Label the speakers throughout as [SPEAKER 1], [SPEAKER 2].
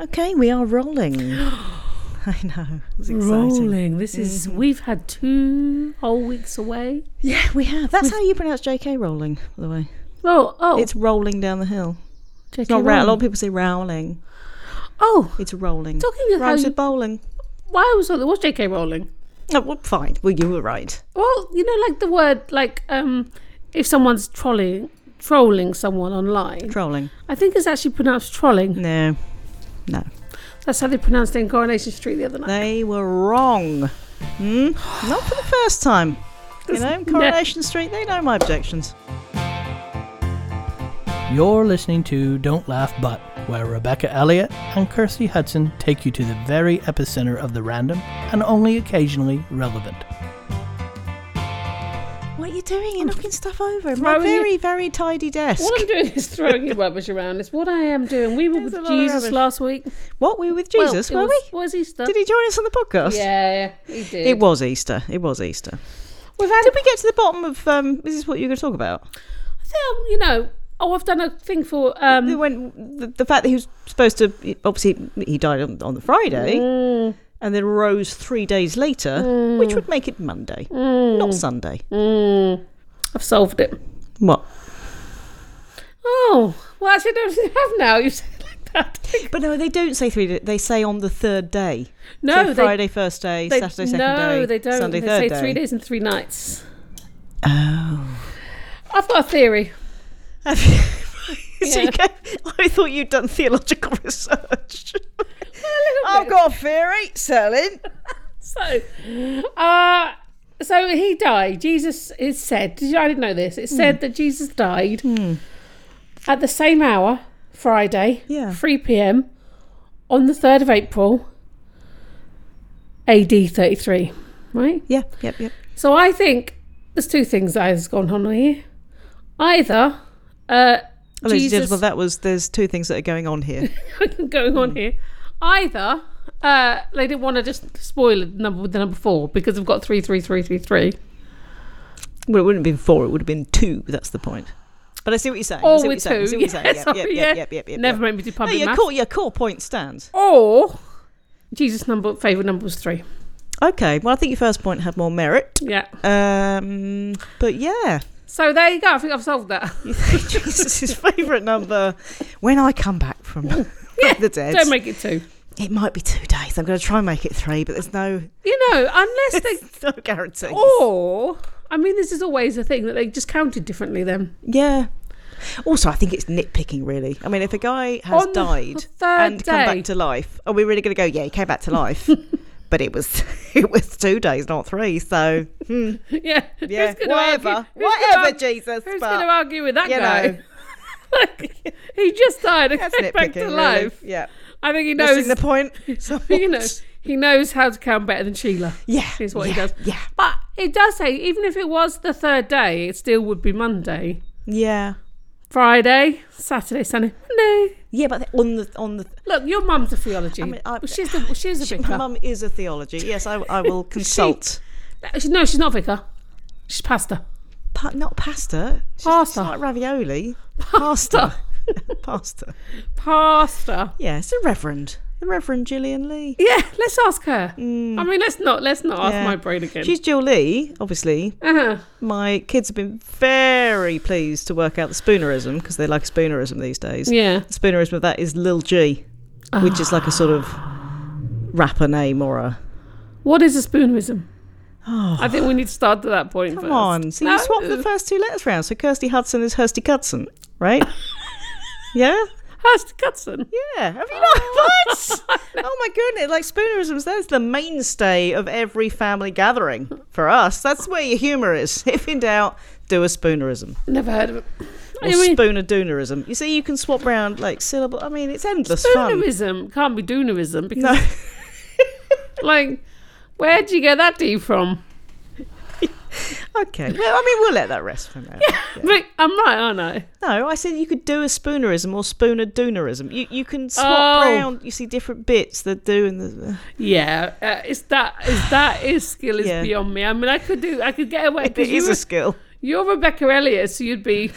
[SPEAKER 1] Okay, we are rolling. I know. It's exciting. Mm-hmm.
[SPEAKER 2] Rolling. This is we've had two whole weeks away.
[SPEAKER 1] Yeah, we have. That's how you pronounce JK rolling, by the way.
[SPEAKER 2] Oh, oh,
[SPEAKER 1] It's rolling down the hill.
[SPEAKER 2] JK
[SPEAKER 1] It's not ra- a lot of
[SPEAKER 2] Rowling.
[SPEAKER 1] people say rowling.
[SPEAKER 2] Oh,
[SPEAKER 1] It's rolling.
[SPEAKER 2] Talking of how
[SPEAKER 1] Rhymes
[SPEAKER 2] you-
[SPEAKER 1] with bowling.
[SPEAKER 2] why was it was J.K. Rowling?
[SPEAKER 1] Oh, well, fine. Well, you were right.
[SPEAKER 2] Well, you know, like the word, like um, if someone's trolling, trolling someone online,
[SPEAKER 1] Trolling.
[SPEAKER 2] I think it's actually pronounced trolling.
[SPEAKER 1] No. No.
[SPEAKER 2] That's how they pronounced it in Coronation Street the other night.
[SPEAKER 1] They were wrong. Hmm? Not for the first time. You know, Coronation Street, they know my objections.
[SPEAKER 3] You're listening to Don't Laugh But, where Rebecca Elliott and Kirsty Hudson take you to the very epicenter of the random and only occasionally relevant.
[SPEAKER 1] What are you doing? You're knocking stuff over. My
[SPEAKER 2] Throwing it-
[SPEAKER 1] very, very tidy desk.
[SPEAKER 2] All I'm doing is throwing your rubbish around. It's what I am doing. We were
[SPEAKER 1] There's a
[SPEAKER 2] with
[SPEAKER 1] lot of
[SPEAKER 2] Jesus
[SPEAKER 1] rubbish.
[SPEAKER 2] last week.
[SPEAKER 1] What, we were with Jesus,
[SPEAKER 2] well, it
[SPEAKER 1] were we?
[SPEAKER 2] was, Was Easter?
[SPEAKER 1] Did he join us on the podcast?
[SPEAKER 2] Yeah, he did.
[SPEAKER 1] It was Easter. It was Easter.
[SPEAKER 2] We've had
[SPEAKER 1] Did we get to the bottom of um, is this what you were going to talk about?
[SPEAKER 2] Well, you know, oh, I've done a thing for
[SPEAKER 1] The-
[SPEAKER 2] um,
[SPEAKER 1] When the, the fact that he was supposed to obviously he died on, on the Friday
[SPEAKER 2] Hmm.
[SPEAKER 1] and then rose three days later, which would make it Monday,
[SPEAKER 2] Hmm.
[SPEAKER 1] not Sunday.
[SPEAKER 2] I've solved it.
[SPEAKER 1] What?
[SPEAKER 2] Oh, well, actually, I don't have now. You said it like that.
[SPEAKER 1] But no, they don't say three. da- They say on the third day.
[SPEAKER 2] No,
[SPEAKER 1] so
[SPEAKER 2] they,
[SPEAKER 1] Friday first day,
[SPEAKER 2] they
[SPEAKER 1] Saturday second
[SPEAKER 2] no,
[SPEAKER 1] day,
[SPEAKER 2] they don't.
[SPEAKER 1] Sunday
[SPEAKER 2] they
[SPEAKER 1] third
[SPEAKER 2] say
[SPEAKER 1] day.
[SPEAKER 2] three days and three nights.
[SPEAKER 1] Oh.
[SPEAKER 2] I've got a theory.
[SPEAKER 1] Have you- so you
[SPEAKER 2] Yeah.
[SPEAKER 1] go- I thought you'd done theological research.
[SPEAKER 2] little
[SPEAKER 1] I've
[SPEAKER 2] bit.
[SPEAKER 1] got a theory, selling.
[SPEAKER 2] So, uh, so he died. Jesus is said. Did you, I didn't know this. It's said that Jesus died at the same hour, Friday,
[SPEAKER 1] Yeah.
[SPEAKER 2] three p.m. on the third of April, A.D. thirty-three. Right.
[SPEAKER 1] Yeah, yep, yep.
[SPEAKER 2] So I think there's two things that has gone on here. Either uh,
[SPEAKER 1] Well, Oh, ladies and
[SPEAKER 2] Jesus
[SPEAKER 1] gentlemen, that was there's two things that are going on here.
[SPEAKER 2] going on here. Either uh, they didn't want to just spoil the number with the number four because we've got three, three, three, three, three.
[SPEAKER 1] well, it wouldn't have been four; it would have been two. That's the point. But I see what you're saying. I
[SPEAKER 2] Or
[SPEAKER 1] see what
[SPEAKER 2] with
[SPEAKER 1] you're saying, I
[SPEAKER 2] two.
[SPEAKER 1] see what
[SPEAKER 2] Yeah,
[SPEAKER 1] you're saying. Yep,
[SPEAKER 2] sorry,
[SPEAKER 1] yep,
[SPEAKER 2] yeah.
[SPEAKER 1] yep, yep, yep, yep.
[SPEAKER 2] Never make me do
[SPEAKER 1] No,
[SPEAKER 2] public
[SPEAKER 1] your
[SPEAKER 2] math.
[SPEAKER 1] core, your core point stands.
[SPEAKER 2] Or Jesus' number favorite number was three.
[SPEAKER 1] Okay. Well, I think your first point had more merit.
[SPEAKER 2] Yeah.
[SPEAKER 1] Um, but yeah,
[SPEAKER 2] So there you go. I think I've solved that.
[SPEAKER 1] you think Jesus' favourite number. When I come back from, from the dead,
[SPEAKER 2] Don't make it two.
[SPEAKER 1] it might be two days. I'm going to try and make it three, but there's no
[SPEAKER 2] You know, unless they
[SPEAKER 1] no guarantee.
[SPEAKER 2] or I mean, this is always a thing that they just counted differently. Then
[SPEAKER 1] Yeah. Also, I think it's nitpicking, really. I mean, if a guy has
[SPEAKER 2] On the
[SPEAKER 1] died
[SPEAKER 2] third
[SPEAKER 1] and come
[SPEAKER 2] day.
[SPEAKER 1] back to life, are we really going to go? Yeah, he came back to life, but it was it was two days, not three. So hmm,
[SPEAKER 2] yeah,
[SPEAKER 1] yeah,
[SPEAKER 2] Who's gonna
[SPEAKER 1] whatever,
[SPEAKER 2] argue- who's gonna
[SPEAKER 1] whatever,
[SPEAKER 2] argue-
[SPEAKER 1] Jesus.
[SPEAKER 2] Who's
[SPEAKER 1] but,
[SPEAKER 2] going to argue with that
[SPEAKER 1] you
[SPEAKER 2] guy?
[SPEAKER 1] know.
[SPEAKER 2] like, he just died and
[SPEAKER 1] That's
[SPEAKER 2] came
[SPEAKER 1] nitpicking,
[SPEAKER 2] back to
[SPEAKER 1] really.
[SPEAKER 2] life.
[SPEAKER 1] Yeah,
[SPEAKER 2] I think he knows.
[SPEAKER 1] missing the point. So
[SPEAKER 2] you know,
[SPEAKER 1] much.
[SPEAKER 2] he knows how to count better than Sheila.
[SPEAKER 1] yeah,
[SPEAKER 2] is what
[SPEAKER 1] yeah,
[SPEAKER 2] he does.
[SPEAKER 1] Yeah,
[SPEAKER 2] But it does say even if it was the third day, it still would be Monday,
[SPEAKER 1] yeah,
[SPEAKER 2] Friday, Saturday, Sunday, Monday.
[SPEAKER 1] yeah. But on the on the,
[SPEAKER 2] Look, your mum's a theology.
[SPEAKER 1] mean, I-
[SPEAKER 2] Well, she's the she's a
[SPEAKER 1] she-
[SPEAKER 2] vicar.
[SPEAKER 1] my mum is a theology. Yes, I, I will consult.
[SPEAKER 2] She- no, Uh, she's not vicar. She's pastor.
[SPEAKER 1] Pa- not pasta. It's just-
[SPEAKER 2] Pasta.
[SPEAKER 1] It's like ravioli. Pasta. pasta.
[SPEAKER 2] Pastor.
[SPEAKER 1] Yeah, it's a reverend. The Reverend Gillian Lee.
[SPEAKER 2] Yeah, let's ask her. I mean, let's not let's not ask
[SPEAKER 1] Mm. Yeah.
[SPEAKER 2] my brain again.
[SPEAKER 1] She's Jill Lee, obviously.
[SPEAKER 2] uh-huh.
[SPEAKER 1] My kids have been very pleased to work out the spoonerism because they like a spoonerism these days.
[SPEAKER 2] Yeah.
[SPEAKER 1] The spoonerism of that is Lil G, which is like a sort of rapper name or a.
[SPEAKER 2] What is a spoonerism? I think we need to start at that point.
[SPEAKER 1] Oh. Come on. So you swap the first two letters round. So Kirsty Hudson is Hursty Cudson, right? yeah?
[SPEAKER 2] Hurst Cutson.
[SPEAKER 1] Yeah, have you not? What? oh my goodness! Like spoonerisms, that's the mainstay of every family gathering for us. That's where your humour is. If in doubt, do a spoonerism
[SPEAKER 2] Never heard of it.
[SPEAKER 1] or
[SPEAKER 2] I mean,
[SPEAKER 1] spoon a doonerism. You see, you can swap round like syllable. I mean, it's endless fun.
[SPEAKER 2] spoonerism can't be doonerism because,
[SPEAKER 1] No,
[SPEAKER 2] like, where do you get that D from?
[SPEAKER 1] okay. Well, I mean, we'll let that rest for now.
[SPEAKER 2] But I'm right, aren't I?
[SPEAKER 1] No, I said you could do a spoonerism or spoon a doonerism. You you can swap
[SPEAKER 2] Oh.
[SPEAKER 1] round. You see different bits. The do and the.
[SPEAKER 2] Yeah, uh, it's that. Is that is skill is
[SPEAKER 1] Yeah.
[SPEAKER 2] beyond me. I mean, I could do. I could get away
[SPEAKER 1] It
[SPEAKER 2] because
[SPEAKER 1] is
[SPEAKER 2] you,
[SPEAKER 1] a skill.
[SPEAKER 2] you're Rebecca Elliott, so you'd be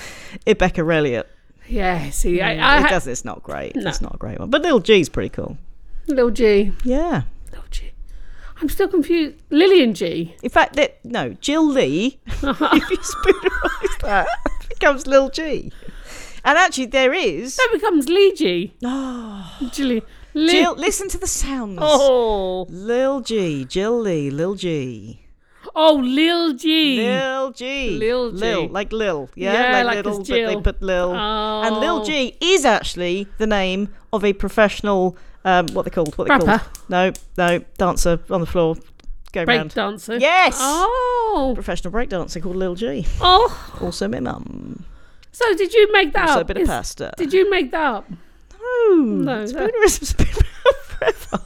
[SPEAKER 1] Rebecca Elliott.
[SPEAKER 2] Yeah, see, I,
[SPEAKER 1] Mm,
[SPEAKER 2] I
[SPEAKER 1] it
[SPEAKER 2] ha-
[SPEAKER 1] does. It's not great. It's not a great one. But Little G's pretty cool.
[SPEAKER 2] little G,
[SPEAKER 1] Yeah.
[SPEAKER 2] little G. I'm still confused. Lillian G.
[SPEAKER 1] In fact, that no Jill Lee. if you spoonerise that, it becomes Little G. And actually, there is.
[SPEAKER 2] That becomes Lee G. Jilly. Li-
[SPEAKER 1] Jill, listen to the sounds.
[SPEAKER 2] Oh,
[SPEAKER 1] Lil G, Jill Lee, Lil G,
[SPEAKER 2] oh, Lil G.
[SPEAKER 1] Lil G,
[SPEAKER 2] Lil G.
[SPEAKER 1] Lil, like Lil, yeah,
[SPEAKER 2] Yeah,
[SPEAKER 1] like,
[SPEAKER 2] like
[SPEAKER 1] little,
[SPEAKER 2] it's
[SPEAKER 1] but they
[SPEAKER 2] Jill.
[SPEAKER 1] put Lil, and Lil
[SPEAKER 2] Oh.
[SPEAKER 1] G is actually the name of a professional, um, what they called, what they called,
[SPEAKER 2] Rapper.
[SPEAKER 1] no, no, dancer on the floor, go
[SPEAKER 2] Break
[SPEAKER 1] round,
[SPEAKER 2] dancer.
[SPEAKER 1] Yes.
[SPEAKER 2] Oh.
[SPEAKER 1] professional breakdancer called Lil G,
[SPEAKER 2] Oh.
[SPEAKER 1] also my mum,
[SPEAKER 2] So did you make that
[SPEAKER 1] also
[SPEAKER 2] up?
[SPEAKER 1] a bit of
[SPEAKER 2] Oh, Is-
[SPEAKER 1] pasta.
[SPEAKER 2] Did you make that up?
[SPEAKER 1] no,
[SPEAKER 2] No, that-
[SPEAKER 1] spoonerism's been around forever,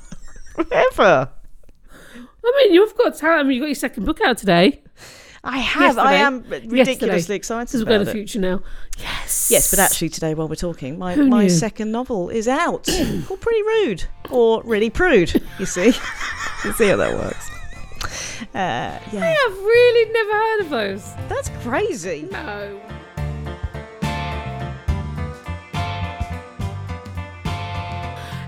[SPEAKER 1] forever.
[SPEAKER 2] I mean, you've got talent. I mean, you got your second book out today.
[SPEAKER 1] I have, I
[SPEAKER 2] Yesterday.
[SPEAKER 1] am ridiculously excited
[SPEAKER 2] This is
[SPEAKER 1] about
[SPEAKER 2] going to
[SPEAKER 1] it.
[SPEAKER 2] the future now. Yes.
[SPEAKER 1] Yes, but actually, today while we're talking, my,
[SPEAKER 2] Who
[SPEAKER 1] my
[SPEAKER 2] knew?
[SPEAKER 1] second novel is out. called Pretty Rude, or Really Prude. You see, you see how that works. Uh, yeah,
[SPEAKER 2] I've really never heard of those.
[SPEAKER 1] that's crazy.
[SPEAKER 2] No.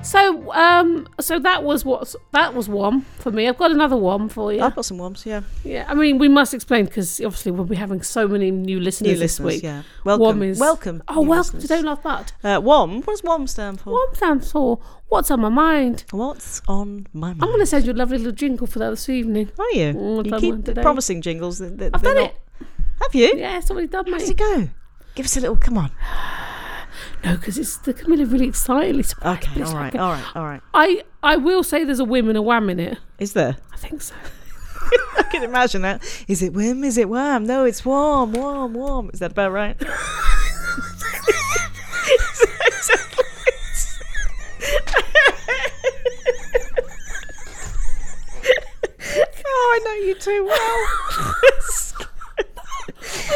[SPEAKER 2] So, um, so that was what that was one for me. I've got another one for you.
[SPEAKER 1] I've got some ones. Yeah,
[SPEAKER 2] yeah, I mean, we must explain because obviously we'll be having so many new listeners
[SPEAKER 1] new
[SPEAKER 2] this
[SPEAKER 1] listeners.
[SPEAKER 2] week.
[SPEAKER 1] Yeah,
[SPEAKER 2] Wom
[SPEAKER 1] welcome,
[SPEAKER 2] is
[SPEAKER 1] welcome.
[SPEAKER 2] Oh,
[SPEAKER 1] new
[SPEAKER 2] welcome
[SPEAKER 1] listeners.
[SPEAKER 2] to Don't Laugh But.
[SPEAKER 1] Uh, WOM. What does WOM stand for?
[SPEAKER 2] One stands for What's on My Mind.
[SPEAKER 1] What's on my mind?
[SPEAKER 2] I'm going to send you a lovely little jingle for that this evening.
[SPEAKER 1] Are you?
[SPEAKER 2] Mm, I've
[SPEAKER 1] you
[SPEAKER 2] done
[SPEAKER 1] keep
[SPEAKER 2] one today.
[SPEAKER 1] promising jingles. That, that
[SPEAKER 2] I've
[SPEAKER 1] they're
[SPEAKER 2] done
[SPEAKER 1] not-
[SPEAKER 2] it.
[SPEAKER 1] Have you?
[SPEAKER 2] Yeah, it's already done,
[SPEAKER 1] How does it
[SPEAKER 2] mate.
[SPEAKER 1] go? Give us a little. Come on.
[SPEAKER 2] No, because it's the Camilla really excitedly surprised.
[SPEAKER 1] Okay.
[SPEAKER 2] me. It's
[SPEAKER 1] All right. oh.
[SPEAKER 2] like-
[SPEAKER 1] All right. All right.
[SPEAKER 2] I I will say there's a whim and a wham in it.
[SPEAKER 1] Is there?
[SPEAKER 2] I think so.
[SPEAKER 1] I can imagine that. Is it whim? Is it wham? No, it's warm, warm, warm. Is that about right? oh, I know you too well. well okay.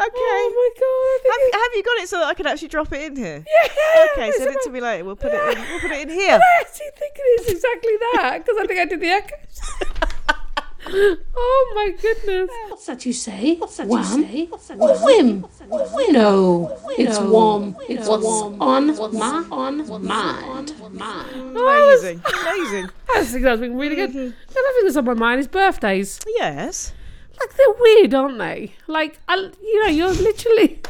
[SPEAKER 2] Oh my god!
[SPEAKER 1] Have, have you got it so that I can actually drop it in here?
[SPEAKER 2] yeah.
[SPEAKER 1] Okay, send it to me later. We'll put it in. We'll put it in here.
[SPEAKER 2] I actually think it is exactly that because I think I did the echoes. oh my goodness!
[SPEAKER 4] What's that you say? What's that you say? What's that whim? whim? No, it's warm. It's what's on my on mind. mind.
[SPEAKER 2] Oh, I was,
[SPEAKER 1] Amazing, amazing.
[SPEAKER 2] I think that was being really
[SPEAKER 1] Mm-hmm.
[SPEAKER 2] good. Another thing that's on my mind is birthdays.
[SPEAKER 1] Yes.
[SPEAKER 2] Like they're weird, aren't they? Like I, you know, you're literally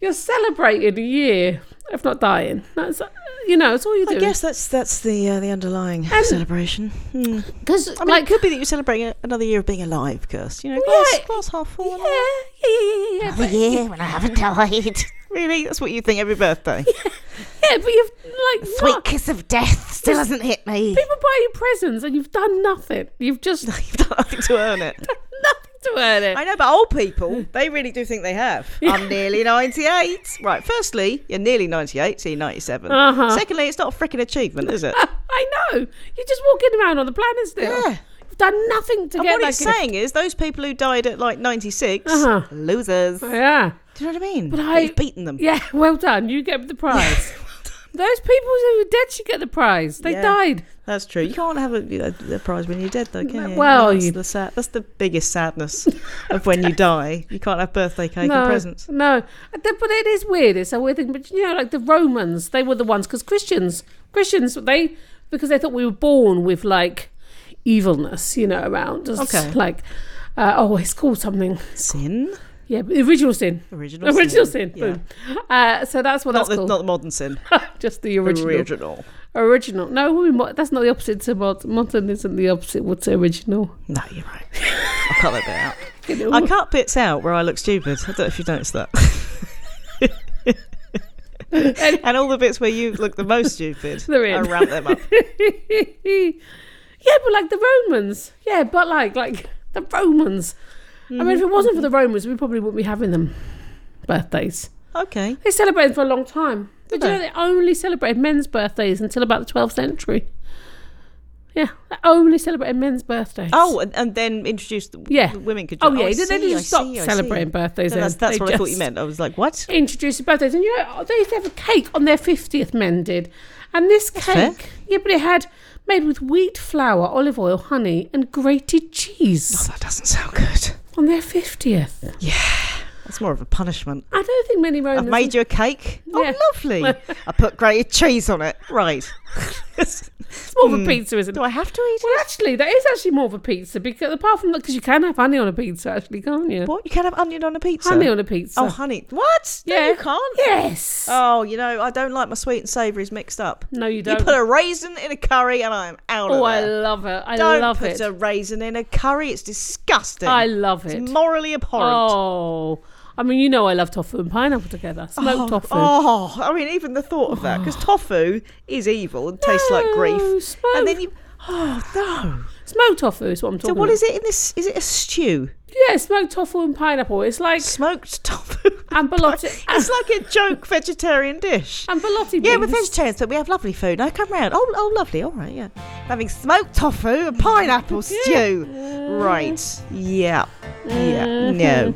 [SPEAKER 2] you're celebrating a year of not dying. That's you know, it's all you're
[SPEAKER 1] I
[SPEAKER 2] doing.
[SPEAKER 1] guess that's that's the uh, the underlying celebration. Hmm.
[SPEAKER 2] because
[SPEAKER 1] I mean, it could be that you're celebrating a- another year of being alive, Kirst. You know,
[SPEAKER 2] Yeah.
[SPEAKER 1] glass, glass half full. and
[SPEAKER 2] yeah,
[SPEAKER 1] all.
[SPEAKER 2] yeah, yeah, yeah, yeah. But,
[SPEAKER 4] Yeah, when I haven't died.
[SPEAKER 1] Really, that's what you think every birthday.
[SPEAKER 2] yeah, but you've like
[SPEAKER 4] Sweet
[SPEAKER 2] not,
[SPEAKER 4] kiss of death still hasn't hit me.
[SPEAKER 2] people buy you presents and you've done nothing. You've just done
[SPEAKER 1] You've done nothing to earn it.
[SPEAKER 2] nothing to earn it.
[SPEAKER 1] I know, but old people, they really do think they have. I'm nearly 98. Right, firstly, you're nearly 98, so you're 97.
[SPEAKER 2] Uh-huh.
[SPEAKER 1] Secondly, it's not a freaking achievement, is it?
[SPEAKER 2] I know. You're just walking around on the planet still.
[SPEAKER 1] Yeah.
[SPEAKER 2] You've done nothing to
[SPEAKER 1] And
[SPEAKER 2] get
[SPEAKER 1] what
[SPEAKER 2] that
[SPEAKER 1] it's
[SPEAKER 2] gift.
[SPEAKER 1] saying is those people who died at like 96,
[SPEAKER 2] Uh-huh.
[SPEAKER 1] losers. Do
[SPEAKER 2] Yeah.
[SPEAKER 1] you know what I mean?
[SPEAKER 2] But I-
[SPEAKER 1] You've beaten them.
[SPEAKER 2] Yeah, well done. You get the prize. Those people who were dead should get the prize. They
[SPEAKER 1] Yeah.
[SPEAKER 2] died.
[SPEAKER 1] That's true. You can't have a, a, a prize when you're dead, though, can you?
[SPEAKER 2] Well,
[SPEAKER 1] that's
[SPEAKER 2] you-
[SPEAKER 1] the sad, that's the biggest sadness of when you die. You can't have birthday cake
[SPEAKER 2] No,
[SPEAKER 1] and presents.
[SPEAKER 2] no. But it is weird. It's a weird thing. But you know, like the Romans, they were the ones because Christians, Christians, they because they thought we were born with like evilness, you know, around us.
[SPEAKER 1] Okay.
[SPEAKER 2] Like, uh, oh, it's called something.
[SPEAKER 1] Sin,
[SPEAKER 2] Yeah, original sin.
[SPEAKER 1] original,
[SPEAKER 2] Original
[SPEAKER 1] sin.
[SPEAKER 2] sin.
[SPEAKER 1] Yeah.
[SPEAKER 2] Boom. Uh, so that's what
[SPEAKER 1] Not
[SPEAKER 2] that's
[SPEAKER 1] the,
[SPEAKER 2] called.
[SPEAKER 1] not the modern sin.
[SPEAKER 2] Just the original.
[SPEAKER 1] Original.
[SPEAKER 2] Original. No, we mo- that's not the opposite to modern. Modern isn't the opposite. What's original?
[SPEAKER 1] No, you're right. I cut that bit out. I cut bits out where I look stupid. I don't know if you noticed that. and all the bits where you look the most stupid,
[SPEAKER 2] They're in.
[SPEAKER 1] I ramp them up.
[SPEAKER 2] yeah, but like the Romans. Yeah, but like like the Romans. I mean, if it wasn't for the Romans, we probably wouldn't be having them birthdays.
[SPEAKER 1] Okay.
[SPEAKER 2] They celebrated for a long time. But
[SPEAKER 1] Did
[SPEAKER 2] you know,
[SPEAKER 1] they?
[SPEAKER 2] they only celebrated men's birthdays until about the 12th century. Yeah, they only celebrated men's birthdays.
[SPEAKER 1] Oh, and, and then introduce the,
[SPEAKER 2] Yeah.
[SPEAKER 1] the women could.
[SPEAKER 2] Oh,
[SPEAKER 1] join.
[SPEAKER 2] yeah,
[SPEAKER 1] I
[SPEAKER 2] they didn't
[SPEAKER 1] see,
[SPEAKER 2] just
[SPEAKER 1] I
[SPEAKER 2] stop
[SPEAKER 1] see, I see.
[SPEAKER 2] celebrating birthdays.
[SPEAKER 1] No, that's
[SPEAKER 2] then.
[SPEAKER 1] that's
[SPEAKER 2] They
[SPEAKER 1] what I thought you
[SPEAKER 2] just-
[SPEAKER 1] meant. I was like, what?
[SPEAKER 2] introduced his birthdays, and you know they used to have a cake on their fiftieth. Men did, and this cake,
[SPEAKER 1] fair.
[SPEAKER 2] yeah, but it had made with wheat flour, olive oil, honey, and grated cheese
[SPEAKER 1] That doesn't sound good.
[SPEAKER 2] on their fiftieth.
[SPEAKER 1] Yeah. That's more of a punishment.
[SPEAKER 2] I don't think many Romans.
[SPEAKER 1] I've made you a cake. Oh,
[SPEAKER 2] Yeah.
[SPEAKER 1] lovely. I put grated cheese on it. Right.
[SPEAKER 2] It's more of a pizza, isn't
[SPEAKER 1] Hmm. Do
[SPEAKER 2] it?
[SPEAKER 1] I have to eat it?
[SPEAKER 2] Well, actually, that is actually more of a pizza because apart from that, because you can have honey on a pizza, actually, can't you?
[SPEAKER 1] What? You can't have onion on a pizza?
[SPEAKER 2] Honey on a pizza.
[SPEAKER 1] Oh, honey. What? No,
[SPEAKER 2] Yeah.
[SPEAKER 1] you can't.
[SPEAKER 2] yes.
[SPEAKER 1] Oh, you know, I don't like my sweet and savouries mixed up.
[SPEAKER 2] no, you
[SPEAKER 1] You
[SPEAKER 2] don't.
[SPEAKER 1] put a raisin in a curry and I'm out
[SPEAKER 2] oh,
[SPEAKER 1] of
[SPEAKER 2] I
[SPEAKER 1] there.
[SPEAKER 2] love it. I
[SPEAKER 1] don't
[SPEAKER 2] love
[SPEAKER 1] put
[SPEAKER 2] it.
[SPEAKER 1] a raisin in a curry. It's disgusting.
[SPEAKER 2] I love it.
[SPEAKER 1] it's morally abhorrent.
[SPEAKER 2] Oh, I mean, you know, I love tofu and pineapple together. Smoked tofu.
[SPEAKER 1] Oh, I mean, even the thought of that, because tofu is evil and tastes like
[SPEAKER 2] No,
[SPEAKER 1] grief.
[SPEAKER 2] Smoked,
[SPEAKER 1] And then you, oh no!
[SPEAKER 2] smoked tofu is what I'm talking
[SPEAKER 1] So what
[SPEAKER 2] about.
[SPEAKER 1] is it in this? Is it a stew?
[SPEAKER 2] Yeah, smoked tofu and pineapple. It's like
[SPEAKER 1] Smoked tofu?
[SPEAKER 2] And ballotti-
[SPEAKER 1] it's like a joke vegetarian dish.
[SPEAKER 2] and ballotti
[SPEAKER 1] Yeah, we're
[SPEAKER 2] beans.
[SPEAKER 1] vegetarians, but we have lovely food. Now come round. Oh, oh, lovely. All right, yeah. Having smoked tofu and pineapple stew. Right. Yeah. Yeah. No.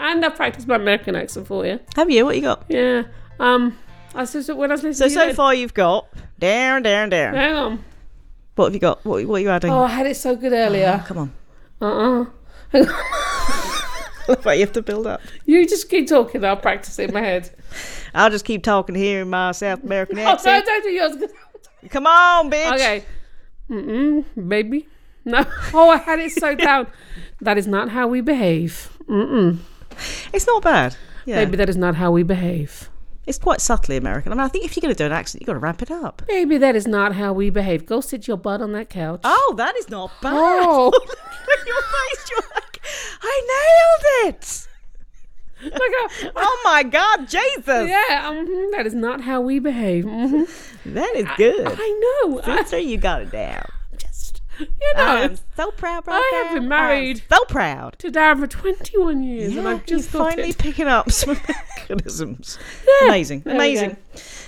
[SPEAKER 2] And I practiced my American accent for you.
[SPEAKER 1] Have you? What you got?
[SPEAKER 2] Yeah. Um, I said so when I was listening.
[SPEAKER 1] So
[SPEAKER 2] to you,
[SPEAKER 1] so
[SPEAKER 2] then-
[SPEAKER 1] far you've got down, down, down.
[SPEAKER 2] Hang on.
[SPEAKER 1] What have you got? What, what are you adding?
[SPEAKER 2] Oh, I had it so good earlier.
[SPEAKER 1] Come on.
[SPEAKER 2] Uh uh
[SPEAKER 1] Wait, you have to build up.
[SPEAKER 2] you just keep talking. I'll practice it in my head.
[SPEAKER 1] I'll just keep talking here in my South American
[SPEAKER 2] Oh, no,
[SPEAKER 1] accent.
[SPEAKER 2] don't do yours.
[SPEAKER 1] Come on, bitch.
[SPEAKER 2] Okay. Mm-mm, baby. No. Oh, I had it so down. That is not how we behave. Mm-mm.
[SPEAKER 1] It's not bad. Yeah.
[SPEAKER 2] Baby, that is not how we behave.
[SPEAKER 1] It's quite subtly American. I mean, I think if you're going to do an accent, you've got to ramp it up.
[SPEAKER 2] Baby, that is not how we behave. Go sit your butt on that couch.
[SPEAKER 1] Oh, that is not bad.
[SPEAKER 2] Oh.
[SPEAKER 1] Look at your face, you're like, I nailed it.
[SPEAKER 2] Like, I-
[SPEAKER 1] Oh my God, Jesus.
[SPEAKER 2] yeah, mhm, that is not how we behave. Mhm.
[SPEAKER 1] That is good.
[SPEAKER 2] I know. I
[SPEAKER 1] So you got it down.
[SPEAKER 2] just, you
[SPEAKER 1] I
[SPEAKER 2] know,
[SPEAKER 1] am so proud right
[SPEAKER 2] Oh. I have
[SPEAKER 1] now.
[SPEAKER 2] been
[SPEAKER 1] am
[SPEAKER 2] married.
[SPEAKER 1] So proud.
[SPEAKER 2] to Darren for 21 years, and
[SPEAKER 1] Yeah,
[SPEAKER 2] I've just
[SPEAKER 1] you're
[SPEAKER 2] thought
[SPEAKER 1] finally
[SPEAKER 2] it.
[SPEAKER 1] picking up some mechanisms.
[SPEAKER 2] Yeah,
[SPEAKER 1] Amazing,
[SPEAKER 2] there we
[SPEAKER 1] amazing.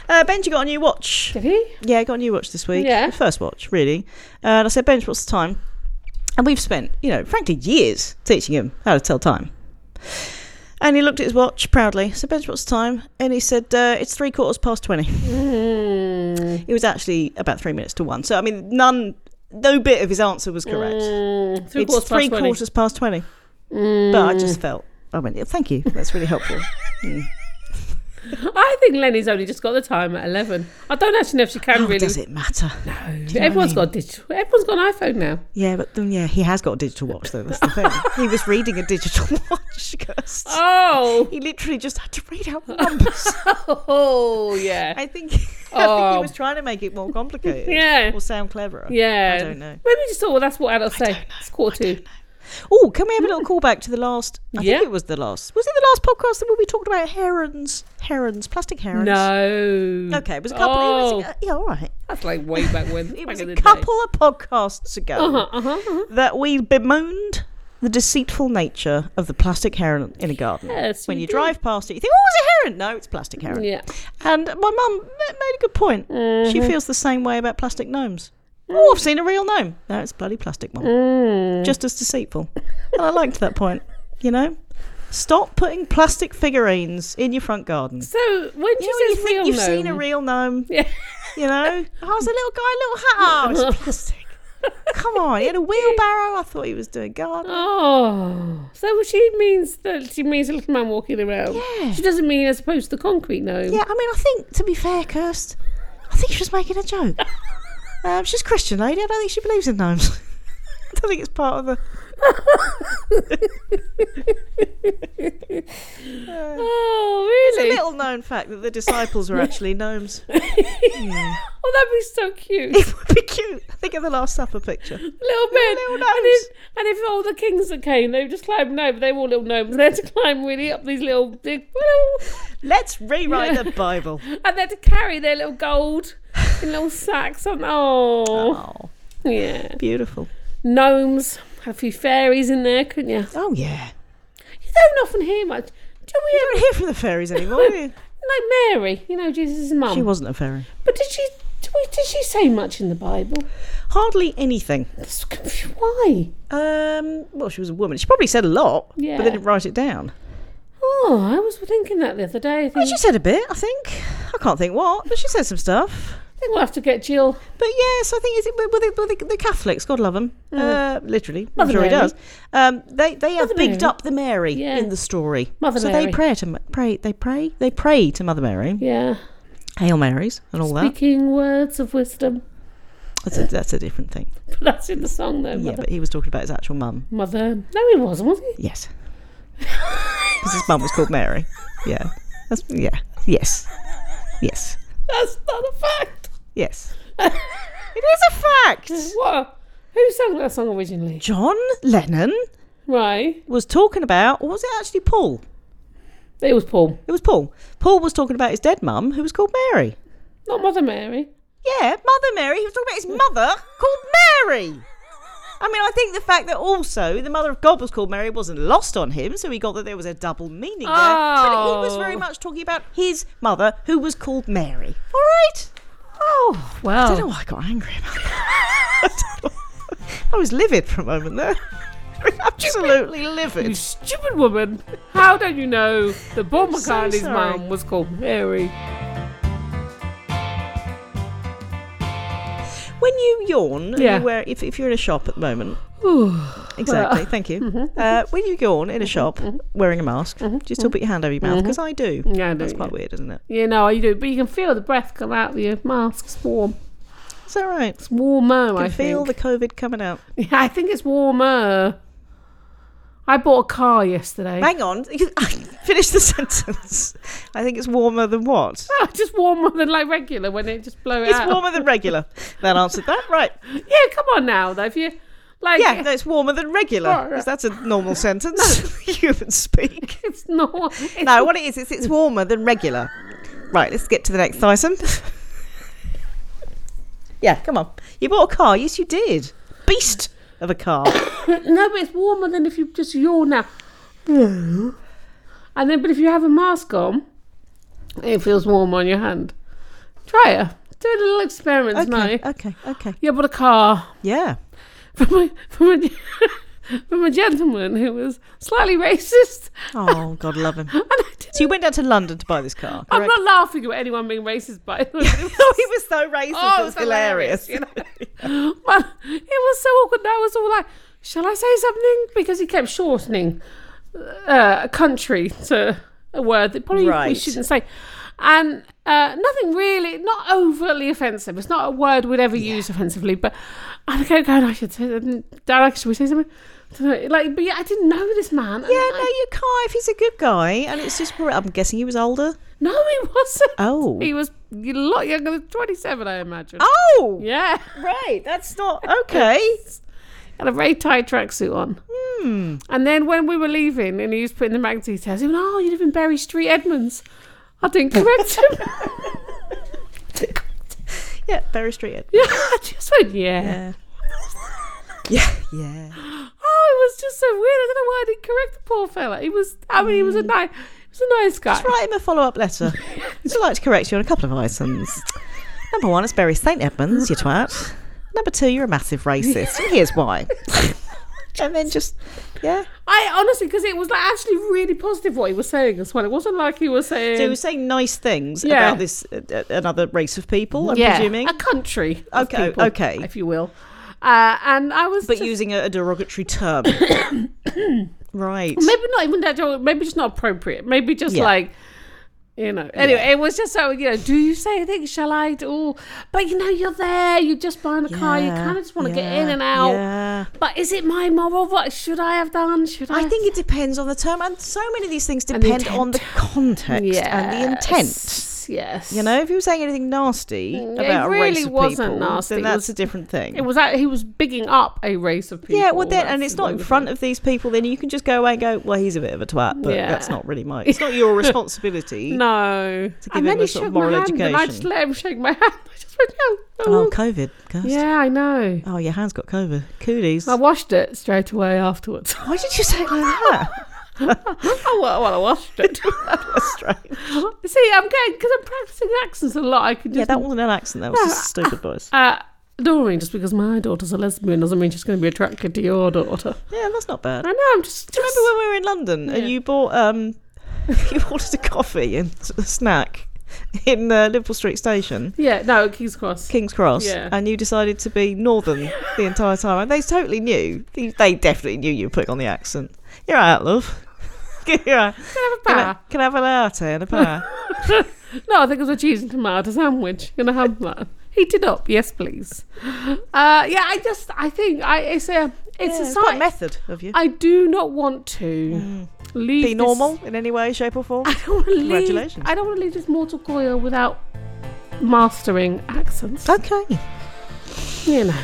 [SPEAKER 1] Uh, Benji got a new watch.
[SPEAKER 2] Did he?
[SPEAKER 1] Yeah, I got a new watch this week.
[SPEAKER 2] Yeah.
[SPEAKER 1] The first watch, really. Uh, and I said, Benj, what's the time? And we've spent, you know, frankly, years teaching him how to tell time. And he looked at his watch proudly. So, Benj, what's the time? And he said, uh, it's three quarters past 20.
[SPEAKER 2] Hmm. Mm,
[SPEAKER 1] It was actually about three minutes to one. So, I mean, none, no bit of his answer was correct.
[SPEAKER 2] mm, three
[SPEAKER 1] it's
[SPEAKER 2] quarters
[SPEAKER 1] three
[SPEAKER 2] past 20.
[SPEAKER 1] quarters past 20. But I
[SPEAKER 2] Hmm.
[SPEAKER 1] just felt, I went, "Yeah, thank you. That's really helpful.
[SPEAKER 2] I think Lenny's only just got the time at 11. I don't actually know if she can really.
[SPEAKER 1] Does it matter?
[SPEAKER 2] Everyone's got digital. Everyone's got an iPhone now.
[SPEAKER 1] Yeah, but then, yeah, he has got a digital watch, though. That's the thing. he was reading a digital watch. 'cause-
[SPEAKER 2] Oh,
[SPEAKER 1] He literally just had to read out the numbers.
[SPEAKER 2] oh yeah,
[SPEAKER 1] I think I think he
[SPEAKER 2] Oh.
[SPEAKER 1] was trying to make it more complicated.
[SPEAKER 2] Yeah.
[SPEAKER 1] Or sound cleverer.
[SPEAKER 2] yeah.
[SPEAKER 1] I don't know.
[SPEAKER 2] Maybe just thought, well, that's what adults say. It's quarter two.
[SPEAKER 1] Oh, can we have a little callback to the last I
[SPEAKER 2] Yeah.
[SPEAKER 1] think it was the last was it the last podcast that we talked about herons herons, plastic herons?
[SPEAKER 2] No.
[SPEAKER 1] Okay, it was a couple it was
[SPEAKER 2] Oh.
[SPEAKER 1] a, yeah, all right.
[SPEAKER 2] That's like way back when.
[SPEAKER 1] It
[SPEAKER 2] back
[SPEAKER 1] was
[SPEAKER 2] in
[SPEAKER 1] a
[SPEAKER 2] the
[SPEAKER 1] couple of podcasts ago
[SPEAKER 2] Day. Uh-huh, uh-huh, uh-huh.
[SPEAKER 1] that we bemoaned the deceitful nature of the plastic heron in a garden.
[SPEAKER 2] Yes,
[SPEAKER 1] when
[SPEAKER 2] we
[SPEAKER 1] you
[SPEAKER 2] did.
[SPEAKER 1] drive past it, you think, "Oh, it's a heron." No, it's plastic heron.
[SPEAKER 2] Yeah. Mm-hmm.
[SPEAKER 1] And my mum ma- made a good point. She feels the same way about plastic gnomes.
[SPEAKER 2] Mm.
[SPEAKER 1] Oh, I've seen a real gnome. No, it's a bloody plastic one. Just as deceitful. and I liked that point. You know, stop putting plastic figurines in your front garden.
[SPEAKER 2] So
[SPEAKER 1] You
[SPEAKER 2] when she
[SPEAKER 1] know, when you
[SPEAKER 2] says
[SPEAKER 1] think
[SPEAKER 2] real
[SPEAKER 1] you've
[SPEAKER 2] gnome,
[SPEAKER 1] seen a real gnome,
[SPEAKER 2] yeah.
[SPEAKER 1] you know, oh, was a little guy, little hat. Oh, it's plastic. Come on, he had a wheelbarrow. I thought he was doing garden.
[SPEAKER 2] Oh, so she means that she means a little man walking around.
[SPEAKER 1] Yeah.
[SPEAKER 2] She doesn't mean as opposed to the concrete gnome.
[SPEAKER 1] Yeah, I mean, I think to be fair, Kirst, I think she was making a joke. um, she's a Christian lady. I don't think she believes in gnomes. I don't think it's part of the.
[SPEAKER 2] Oh,
[SPEAKER 1] It's a
[SPEAKER 2] really?
[SPEAKER 1] little known fact that the disciples were actually gnomes.
[SPEAKER 2] Oh, that'd be so cute.
[SPEAKER 1] It would be cute. Think of the Last Supper picture.
[SPEAKER 2] little bit.
[SPEAKER 1] little
[SPEAKER 2] and,
[SPEAKER 1] gnomes.
[SPEAKER 2] if, and if all the kings that came, they were just climbing over. They were all little gnomes. They had to climb really up these little big,
[SPEAKER 1] Let's rewrite
[SPEAKER 2] Yeah.
[SPEAKER 1] the Bible.
[SPEAKER 2] and they had to carry their little gold in little sacks on. Oh,
[SPEAKER 1] Oh,
[SPEAKER 2] yeah.
[SPEAKER 1] beautiful.
[SPEAKER 2] Gnomes had a few fairies in there, couldn't you?
[SPEAKER 1] Oh yeah.
[SPEAKER 2] You don't often hear much. Do we
[SPEAKER 1] You don't hear from the fairies anymore. do you?
[SPEAKER 2] like Mary? You know, Jesus' mum.
[SPEAKER 1] She wasn't a fairy.
[SPEAKER 2] But did she? do we- Did she say much in the Bible?
[SPEAKER 1] Hardly anything.
[SPEAKER 2] That's confu- Why?
[SPEAKER 1] Um, well, she was a woman. She probably said a lot, but
[SPEAKER 2] Yeah.
[SPEAKER 1] they didn't write it down.
[SPEAKER 2] Oh, I was thinking that the other day. I
[SPEAKER 1] Well,
[SPEAKER 2] think
[SPEAKER 1] she said a bit, I think. I can't think what, but she said some stuff.
[SPEAKER 2] think we'll have to get Jill.
[SPEAKER 1] But yes, I think it's, well, the, well, the, the Catholics, God love them, uh, literally,
[SPEAKER 2] Mm. Mother
[SPEAKER 1] I'm sure he
[SPEAKER 2] Mary.
[SPEAKER 1] does. Um, they they have
[SPEAKER 2] Mother
[SPEAKER 1] bigged
[SPEAKER 2] Mary.
[SPEAKER 1] up the Mary
[SPEAKER 2] Yeah.
[SPEAKER 1] in the story,
[SPEAKER 2] Mother
[SPEAKER 1] so
[SPEAKER 2] Mary.
[SPEAKER 1] they pray to pray. They pray. They pray to Mother Mary,
[SPEAKER 2] Yeah.
[SPEAKER 1] Hail Marys, and all that.
[SPEAKER 2] Speaking words of wisdom.
[SPEAKER 1] That's a, that's a different thing.
[SPEAKER 2] That's in the song though.
[SPEAKER 1] Yeah,
[SPEAKER 2] Mother.
[SPEAKER 1] but he was talking about his actual mum.
[SPEAKER 2] Mother. No, he wasn't, was he?
[SPEAKER 1] Yes, because his mum was called Mary. Yeah, that's yeah. Yes, yes,
[SPEAKER 2] That's not a fact.
[SPEAKER 1] yes. it is a fact.
[SPEAKER 2] What? Who sang that song originally?
[SPEAKER 1] John Lennon
[SPEAKER 2] Right.
[SPEAKER 1] was talking about, or was it actually Paul?
[SPEAKER 2] It was Paul.
[SPEAKER 1] It was Paul. Paul was talking about his dead mum, who was called Mary.
[SPEAKER 2] Not Mother Mary.
[SPEAKER 1] Yeah, Mother Mary. He was talking about his mother called Mary. I mean, I think the fact that also the mother of God was called Mary wasn't lost on him, so he got that there was a double meaning there. But he was very
[SPEAKER 2] Oh.
[SPEAKER 1] much talking about his mother, who was called Mary. All right. Oh, I don't know
[SPEAKER 2] Wow.
[SPEAKER 1] why I got angry about that. I, don't know. I was livid for a moment there. Absolutely
[SPEAKER 2] You
[SPEAKER 1] livid.
[SPEAKER 2] stupid woman. How don't you know that Paul
[SPEAKER 1] so
[SPEAKER 2] McCartney's
[SPEAKER 1] sorry.
[SPEAKER 2] mum was called Mary?
[SPEAKER 1] When you yawn,
[SPEAKER 2] Yeah.
[SPEAKER 1] you wear, if, if you're in a shop at the moment, Exactly. Thank you.
[SPEAKER 2] mm-hmm.
[SPEAKER 1] Uh, when you yawn in a shop wearing a mask, do you still put your hand over your mouth? Because I do.
[SPEAKER 2] Mm-hmm. Yeah, I do,
[SPEAKER 1] That's quite
[SPEAKER 2] yeah.
[SPEAKER 1] weird, isn't it?
[SPEAKER 2] Yeah, no, you do. But you can feel the breath come out of your mask. It's warm.
[SPEAKER 1] Is that right?
[SPEAKER 2] It's warmer, I
[SPEAKER 1] I feel
[SPEAKER 2] think.
[SPEAKER 1] the COVID coming out.
[SPEAKER 2] Yeah, I think it's warmer. I bought a car yesterday.
[SPEAKER 1] Hang on. Finish the sentence. I think it's warmer than what?
[SPEAKER 2] Oh, just warmer than like regular when it just blow it
[SPEAKER 1] It's
[SPEAKER 2] out.
[SPEAKER 1] warmer than regular. That answered that. Right.
[SPEAKER 2] Yeah, come on now though. If you like,
[SPEAKER 1] Yeah, no, it's warmer than regular.
[SPEAKER 2] Right, right.
[SPEAKER 1] 'cause that's a normal sentence. Human speak.
[SPEAKER 2] it's not. It's
[SPEAKER 1] No, what it is, is it's warmer than regular. Right, let's get to the next item. yeah, come on. You bought a car. Yes, you did. Beast of a car.
[SPEAKER 2] No, but it's warmer than if you just yawn now. And then, but if you have a mask on, it feels warm on your hand. Try it. Do a little experiment
[SPEAKER 1] okay,
[SPEAKER 2] tonight.
[SPEAKER 1] okay, okay.
[SPEAKER 2] Yeah, but a car
[SPEAKER 1] Yeah.
[SPEAKER 2] from a, from a, from a gentleman who was slightly racist.
[SPEAKER 1] Oh, God love him.
[SPEAKER 2] And I didn't,
[SPEAKER 1] So you went down to London to buy this car,
[SPEAKER 2] I'm
[SPEAKER 1] correct?
[SPEAKER 2] not laughing at anyone being racist, but it was, it was,
[SPEAKER 1] he was so racist,
[SPEAKER 2] oh,
[SPEAKER 1] it was hilarious.
[SPEAKER 2] you know? but it was so awkward. I was all like, shall I say something? Because he kept shortening uh, a country to a word that probably we
[SPEAKER 1] Right.
[SPEAKER 2] shouldn't say. And uh, nothing really, not overly offensive. It's not a word we'd ever use offensively, but I kept going, I should say, Derek, should we say something? Like, but yeah, I didn't know this man.
[SPEAKER 1] Yeah, no, you can't if he's a good guy. And it's just, I'm guessing he was older.
[SPEAKER 2] no, he wasn't.
[SPEAKER 1] Oh.
[SPEAKER 2] He was a lot younger than 27, I imagine.
[SPEAKER 1] Oh!
[SPEAKER 2] Yeah.
[SPEAKER 1] Right, that's not. Okay.
[SPEAKER 2] had a very tight tracksuit on.
[SPEAKER 1] Hmm.
[SPEAKER 2] And then when we were leaving and he was putting the mag details, he went, Oh, you live in Berry Street, Edmonds. I didn't correct him.
[SPEAKER 1] yeah, Berry Street. Ed.
[SPEAKER 2] yeah, I just went, yeah.
[SPEAKER 1] Yeah. Uh, Yeah, yeah.
[SPEAKER 2] Oh, it was just so weird. I don't know why I didn't correct the poor fella. He was, I mean, he
[SPEAKER 1] Hmm.
[SPEAKER 2] was a nice, he was a nice guy.
[SPEAKER 1] Just write him a follow up letter. Would you like to correct you on a couple of items? Number one, it's Barry St. Edmunds, you twat. Number two, you're a massive racist. And here's why. and then just, yeah.
[SPEAKER 2] I honestly, because it was like actually really positive what he was saying as well. It wasn't like he was saying,
[SPEAKER 1] So he was saying nice things
[SPEAKER 2] Um, Yeah.
[SPEAKER 1] about this uh, uh, another race of people, I'm
[SPEAKER 2] yeah,
[SPEAKER 1] presuming,
[SPEAKER 2] a country. of
[SPEAKER 1] Okay,
[SPEAKER 2] people,
[SPEAKER 1] okay.
[SPEAKER 2] If you will. Uh, and I was.
[SPEAKER 1] but
[SPEAKER 2] just-
[SPEAKER 1] using a, a derogatory term. right.
[SPEAKER 2] maybe not even that joke, maybe just not appropriate maybe just
[SPEAKER 1] Yeah.
[SPEAKER 2] like you know anyway it was just so you know do you say anything shall i do Ooh, but you know you're there you're just buying a car you
[SPEAKER 1] Yeah,
[SPEAKER 2] kind of just want to get
[SPEAKER 1] yeah,
[SPEAKER 2] in and out
[SPEAKER 1] yeah.
[SPEAKER 2] but is it my moral what should i have done should i
[SPEAKER 1] I think it depends on the term, and so many of these things
[SPEAKER 2] the
[SPEAKER 1] depend on the context and the intent.
[SPEAKER 2] Yes, yes
[SPEAKER 1] You know, if he was saying anything nasty about a
[SPEAKER 2] Mm, really
[SPEAKER 1] race of
[SPEAKER 2] wasn't
[SPEAKER 1] people,
[SPEAKER 2] nasty. It
[SPEAKER 1] then that's
[SPEAKER 2] was-
[SPEAKER 1] a different thing.
[SPEAKER 2] it was that he was bigging up a race of people
[SPEAKER 1] yeah, well then, and
[SPEAKER 2] That's
[SPEAKER 1] it's not
[SPEAKER 2] what
[SPEAKER 1] in
[SPEAKER 2] we
[SPEAKER 1] front
[SPEAKER 2] think.
[SPEAKER 1] of these people. Then you can just go away and go, well, he's a bit of a twat, but
[SPEAKER 2] Yeah.
[SPEAKER 1] that's not really my. It's not your responsibility.
[SPEAKER 2] no
[SPEAKER 1] give
[SPEAKER 2] and
[SPEAKER 1] him
[SPEAKER 2] then
[SPEAKER 1] a
[SPEAKER 2] he
[SPEAKER 1] sort
[SPEAKER 2] shook
[SPEAKER 1] of
[SPEAKER 2] my
[SPEAKER 1] moral
[SPEAKER 2] hand and i
[SPEAKER 1] education.
[SPEAKER 2] just let him shake my hand i just went oh,
[SPEAKER 1] Oh, COVID. Cursed.
[SPEAKER 2] yeah Oh, i know
[SPEAKER 1] Oh, your hand's got COVID. Cooties.
[SPEAKER 2] I washed it straight away afterwards.
[SPEAKER 1] Why did you say it like that?
[SPEAKER 2] oh, well, well, I washed it.
[SPEAKER 1] Strange.
[SPEAKER 2] See, I'm getting because I'm practicing accents a lot. I could
[SPEAKER 1] Yeah,
[SPEAKER 2] just.
[SPEAKER 1] that wasn't an accent. That was just a stupid voice.
[SPEAKER 2] uh, don't worry, just because my daughter's a lesbian doesn't mean she's going to be attracted to your daughter.
[SPEAKER 1] Yeah, that's not bad.
[SPEAKER 2] I know. I'm just.
[SPEAKER 1] Do you remember when we were in London and you bought um, you ordered a coffee and a snack, in uh, Liverpool Street Station,
[SPEAKER 2] Yeah, no, King's Cross.
[SPEAKER 1] King's Cross,
[SPEAKER 2] Yeah.
[SPEAKER 1] and you decided to be Northern the entire time, and they totally knew. They- They definitely knew you were putting on the accent. You're out, love. You're out.
[SPEAKER 2] Can I
[SPEAKER 1] Can,
[SPEAKER 2] have a
[SPEAKER 1] I,
[SPEAKER 2] bar?
[SPEAKER 1] can I have a latte and a pie?
[SPEAKER 2] No, I think it was a cheese and tomato sandwich. Gonna have that. Heated up, yes, please. Uh, yeah, I just, I think, I it's a, it's
[SPEAKER 1] Yeah,
[SPEAKER 2] a
[SPEAKER 1] it's
[SPEAKER 2] side.
[SPEAKER 1] quite method of you.
[SPEAKER 2] I do not want to leave.
[SPEAKER 1] Be
[SPEAKER 2] this-
[SPEAKER 1] normal in any way, shape, or form.
[SPEAKER 2] I don't want to leave.
[SPEAKER 1] Congratulations.
[SPEAKER 2] I don't want to leave this mortal coil without mastering accents.
[SPEAKER 1] Okay.
[SPEAKER 2] You know.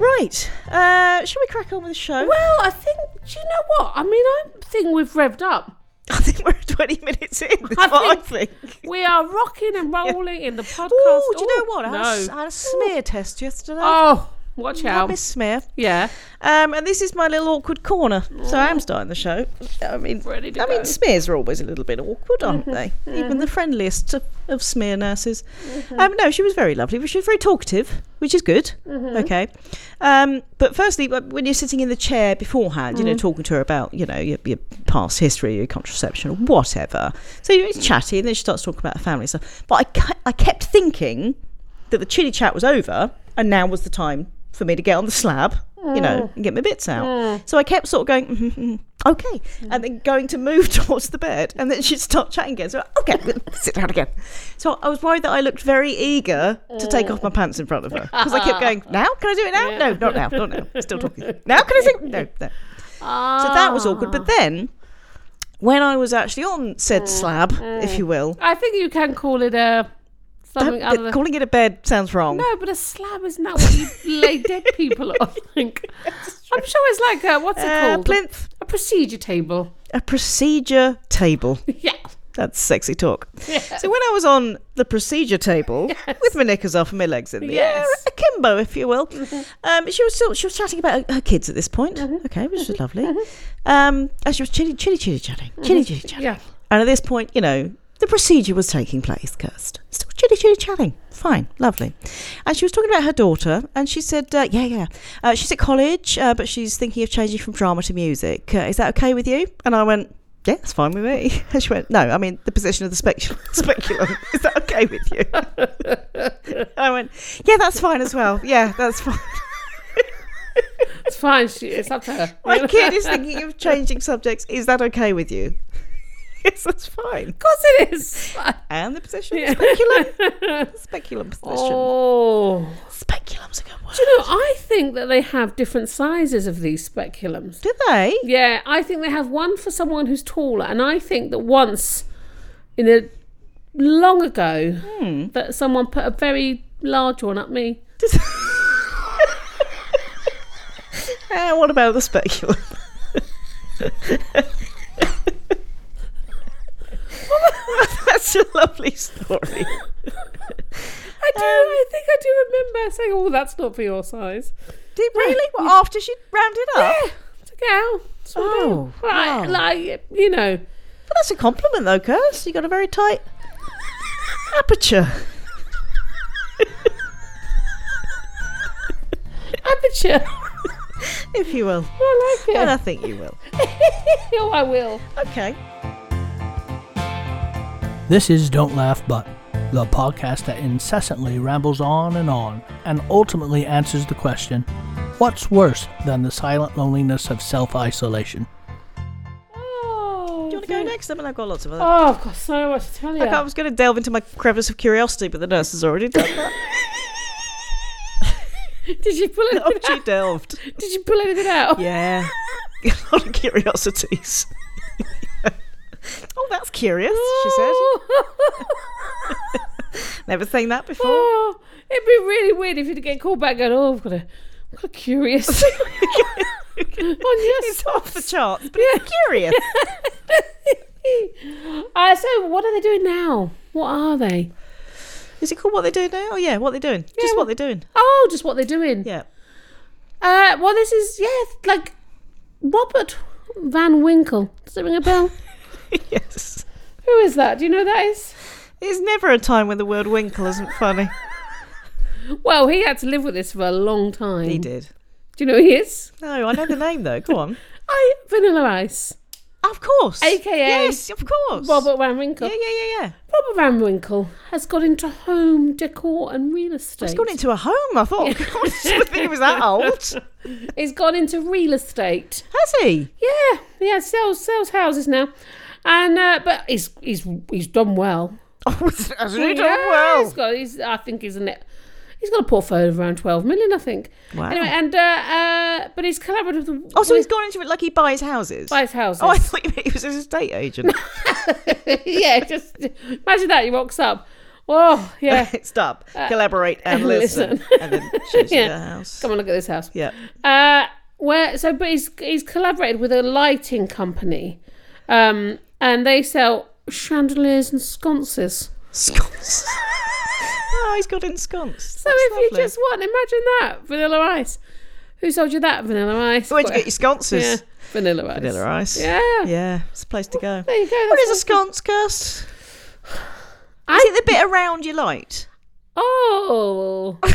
[SPEAKER 1] Right. Uh, shall we crack on with the show?
[SPEAKER 2] Well, I think. Do you know what? I mean, I think we've revved up.
[SPEAKER 1] I think we're 20 minutes in. That's
[SPEAKER 2] I
[SPEAKER 1] what I think.
[SPEAKER 2] We are rocking and rolling in the podcast.
[SPEAKER 1] Oh, do you know
[SPEAKER 2] Ooh,
[SPEAKER 1] what? uh, I, had a s- I
[SPEAKER 2] No.
[SPEAKER 1] had a smear test yesterday.
[SPEAKER 2] Oh, watch
[SPEAKER 1] I
[SPEAKER 2] out.
[SPEAKER 1] miss smear.
[SPEAKER 2] Yeah.
[SPEAKER 1] Um, and this is my little awkward corner. So I am starting the show. I mean,
[SPEAKER 2] Ready to
[SPEAKER 1] I mean,
[SPEAKER 2] go. Mm-hmm.
[SPEAKER 1] smears are always a little bit awkward, aren't they? Even the friendliest of, of smear nurses.
[SPEAKER 2] Mm-hmm.
[SPEAKER 1] Um, no, she was very lovely, but she was very talkative, which is good.
[SPEAKER 2] Mm-hmm.
[SPEAKER 1] Okay. Um, but firstly, wh- when you're sitting in the chair beforehand, you
[SPEAKER 2] Mm-hmm.
[SPEAKER 1] know, talking to her about, you know, your, your past history, your contraception, or whatever. So
[SPEAKER 2] Mm-hmm.
[SPEAKER 1] it's chatty, and then she starts talking about her family and stuff. But I, ke- I kept thinking that the chitty chat was over, and now was the time for me to get on the slab, you
[SPEAKER 2] Mm.
[SPEAKER 1] know, and get my bits out. So I kept sort of going, mm mm okay, and then going to move towards the bed, and then she'd start chatting again. So okay, we'll sit down again. So I was worried that I looked very eager to
[SPEAKER 2] Mm.
[SPEAKER 1] take off my pants in front of her because I kept going, now can I do it now? No, not now, not now. Still talking. Now can I say no? No. So that was awkward. But
[SPEAKER 2] Ah.
[SPEAKER 1] then. When I was actually on said
[SPEAKER 2] Mm.
[SPEAKER 1] slab, if you will,
[SPEAKER 2] I think you can call it a something
[SPEAKER 1] that-
[SPEAKER 2] other than.
[SPEAKER 1] calling it a bed sounds wrong.
[SPEAKER 2] No, but a slab is not what you lay dead people on. I think. I'm sure it's like a, what's it
[SPEAKER 1] Uh,
[SPEAKER 2] called?
[SPEAKER 1] plinth.
[SPEAKER 2] a procedure table.
[SPEAKER 1] a procedure table.
[SPEAKER 2] Yeah.
[SPEAKER 1] That's sexy talk. So when I was on the procedure table with my knickers off and my legs in the air,
[SPEAKER 2] Yes. Mm-hmm.
[SPEAKER 1] akimbo, if you will, um, she was still she was chatting about her, her kids at this point. Okay, which
[SPEAKER 2] Mm-hmm.
[SPEAKER 1] was lovely. Um, and she was chitty chitty chitty chatting, chitty chitty chatting.
[SPEAKER 2] Yeah.
[SPEAKER 1] And at this point, you know, the procedure was taking place, Kirst. Still chitty chitty chatting. Fine, lovely. And she was talking about her daughter, and she said, uh, Yeah, yeah. Uh, she's at college, uh, but she's thinking of changing from drama to music. Uh, is that okay with you? And I went, Yeah, that's fine with me. And she went, No, I mean, the position of the spec- speculum. Is that okay with you? and I went, Yeah, that's fine as well. Yeah, that's fine.
[SPEAKER 2] It's fine. She, it's up to her.
[SPEAKER 1] My kid is thinking of changing subjects. Is that okay with you? yes, that's fine.
[SPEAKER 2] Of course it is.
[SPEAKER 1] and the position speculum speculum position
[SPEAKER 2] Oh.
[SPEAKER 1] speculum's a good word
[SPEAKER 2] Do you know, I think that they have different sizes of these speculums.
[SPEAKER 1] do they
[SPEAKER 2] Yeah, I think they have one for someone who's taller, and I think that once in a long ago
[SPEAKER 1] Hmm.
[SPEAKER 2] that someone put a very large one at me.
[SPEAKER 1] Eh, what about the speculum that's a lovely story
[SPEAKER 2] I
[SPEAKER 1] Um,
[SPEAKER 2] do. I think I do remember saying, "Oh, that's not for your size."
[SPEAKER 1] did really well, after she rounded up
[SPEAKER 2] It's okay. I'll- it's all
[SPEAKER 1] Oh,
[SPEAKER 2] good. right,
[SPEAKER 1] wow.
[SPEAKER 2] like you know,
[SPEAKER 1] but that's a compliment though Curse. you got a very tight aperture
[SPEAKER 2] aperture.
[SPEAKER 1] if you will
[SPEAKER 2] I like
[SPEAKER 1] and i
[SPEAKER 2] it.
[SPEAKER 1] think you will
[SPEAKER 2] oh, I will.
[SPEAKER 1] okay
[SPEAKER 3] This is Don't Laugh But, the podcast that incessantly rambles on and on and ultimately answers the question what's worse than the silent loneliness of self isolation?
[SPEAKER 2] Oh,
[SPEAKER 1] do you want to go next I mean, i've got lots of other
[SPEAKER 2] Oh, I've got so much to tell you.
[SPEAKER 1] Like, I was going to delve into my crevice of curiosity, but the nurse has already done that.
[SPEAKER 2] Did you pull it?
[SPEAKER 1] Up she delved.
[SPEAKER 2] Did you pull anything out?
[SPEAKER 1] Yeah. a lot of curiosities. oh, that's curious, she said.
[SPEAKER 2] Oh,
[SPEAKER 1] Never seen that before.
[SPEAKER 2] oh, it'd be really weird if you'd get called back going, oh, I've got a, I've got a curious. On your
[SPEAKER 1] It's off the charts, but it's curious.
[SPEAKER 2] uh, so what are they doing now? What are they?
[SPEAKER 1] Is it called what they're doing now? Oh, yeah, what they're doing. Just what
[SPEAKER 2] well-
[SPEAKER 1] they're doing.
[SPEAKER 2] Oh, just what they're doing.
[SPEAKER 1] Yeah.
[SPEAKER 2] Uh, well, this is, yeah, like Robert Van Winkle. Does it ring a bell?
[SPEAKER 1] yes.
[SPEAKER 2] Who is that? Do you know who that is?
[SPEAKER 1] There's never a time when the word winkle isn't funny.
[SPEAKER 2] Well, he had to live with this for a long time.
[SPEAKER 1] He did.
[SPEAKER 2] Do you know who he is?
[SPEAKER 1] No, I know the name though. Go on.
[SPEAKER 2] I Vanilla Ice.
[SPEAKER 1] Of course.
[SPEAKER 2] AKA
[SPEAKER 1] Yes, of course.
[SPEAKER 2] Robert Van Winkle.
[SPEAKER 1] Yeah, yeah, yeah, yeah.
[SPEAKER 2] Robert Van Winkle has got into home decor and real estate.
[SPEAKER 1] He's gone into a home. I thought, God, I didn't think he was that old. Has
[SPEAKER 2] He's gone into real estate.
[SPEAKER 1] he?
[SPEAKER 2] Yeah, yeah, sells sells houses now, and uh, but he's he's he's done well.
[SPEAKER 1] Has he done
[SPEAKER 2] Yeah,
[SPEAKER 1] well?
[SPEAKER 2] He's got, he's, I think he's a net. He's got a portfolio of around twelve million, I think.
[SPEAKER 1] Wow.
[SPEAKER 2] Anyway, and uh, uh, but he's collaborative. With,
[SPEAKER 1] Oh, so he's gone into it like he buys houses.
[SPEAKER 2] buys houses.
[SPEAKER 1] Oh, I thought you meant he was an estate agent.
[SPEAKER 2] yeah, just imagine that. He walks up. Oh, yeah.
[SPEAKER 1] Stop, collaborate, and listen.
[SPEAKER 2] Uh, listen.
[SPEAKER 1] and then shows you
[SPEAKER 2] Yeah.
[SPEAKER 1] the house.
[SPEAKER 2] Come on, look at this house.
[SPEAKER 1] Yeah.
[SPEAKER 2] Uh, where so, but he's he's collaborated with a lighting company, um, and they sell chandeliers and sconces.
[SPEAKER 1] Sconce. oh, he's got ensconced.
[SPEAKER 2] So if you just want, imagine that vanilla ice. Who sold you that vanilla ice?
[SPEAKER 1] Where'd you get your sconces?
[SPEAKER 2] yeah, vanilla ice.
[SPEAKER 1] Vanilla ice.
[SPEAKER 2] Yeah.
[SPEAKER 1] Yeah, it's a place to go.
[SPEAKER 2] There you go.
[SPEAKER 1] What is
[SPEAKER 2] that's
[SPEAKER 1] a sconce, Kirst?
[SPEAKER 2] I-
[SPEAKER 1] Is it the bit around your light?
[SPEAKER 2] Oh. I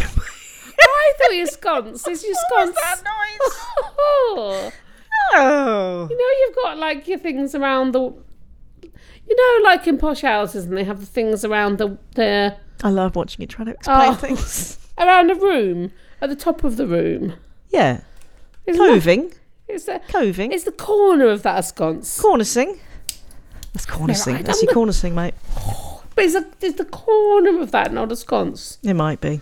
[SPEAKER 2] thought your sconce is your
[SPEAKER 1] What
[SPEAKER 2] sconce.
[SPEAKER 1] was that noise?
[SPEAKER 2] Oh.
[SPEAKER 1] Oh.
[SPEAKER 2] You know, you've got like your things around the. You know, like in posh houses, and they have the things around the, the
[SPEAKER 1] I love watching you try to explain
[SPEAKER 2] Oh.
[SPEAKER 1] things.
[SPEAKER 2] around the room at the top of the room.
[SPEAKER 1] Yeah.
[SPEAKER 2] Isn't that-
[SPEAKER 1] Coving.
[SPEAKER 2] It's the,
[SPEAKER 1] Coving.
[SPEAKER 2] it's the corner of that sconce.
[SPEAKER 1] Cornicing. That's cornicing.
[SPEAKER 2] right,
[SPEAKER 1] That's
[SPEAKER 2] I'm
[SPEAKER 1] your cornicing, mate.
[SPEAKER 2] But it's, a, it's the corner of that, not a sconce.
[SPEAKER 1] It might be.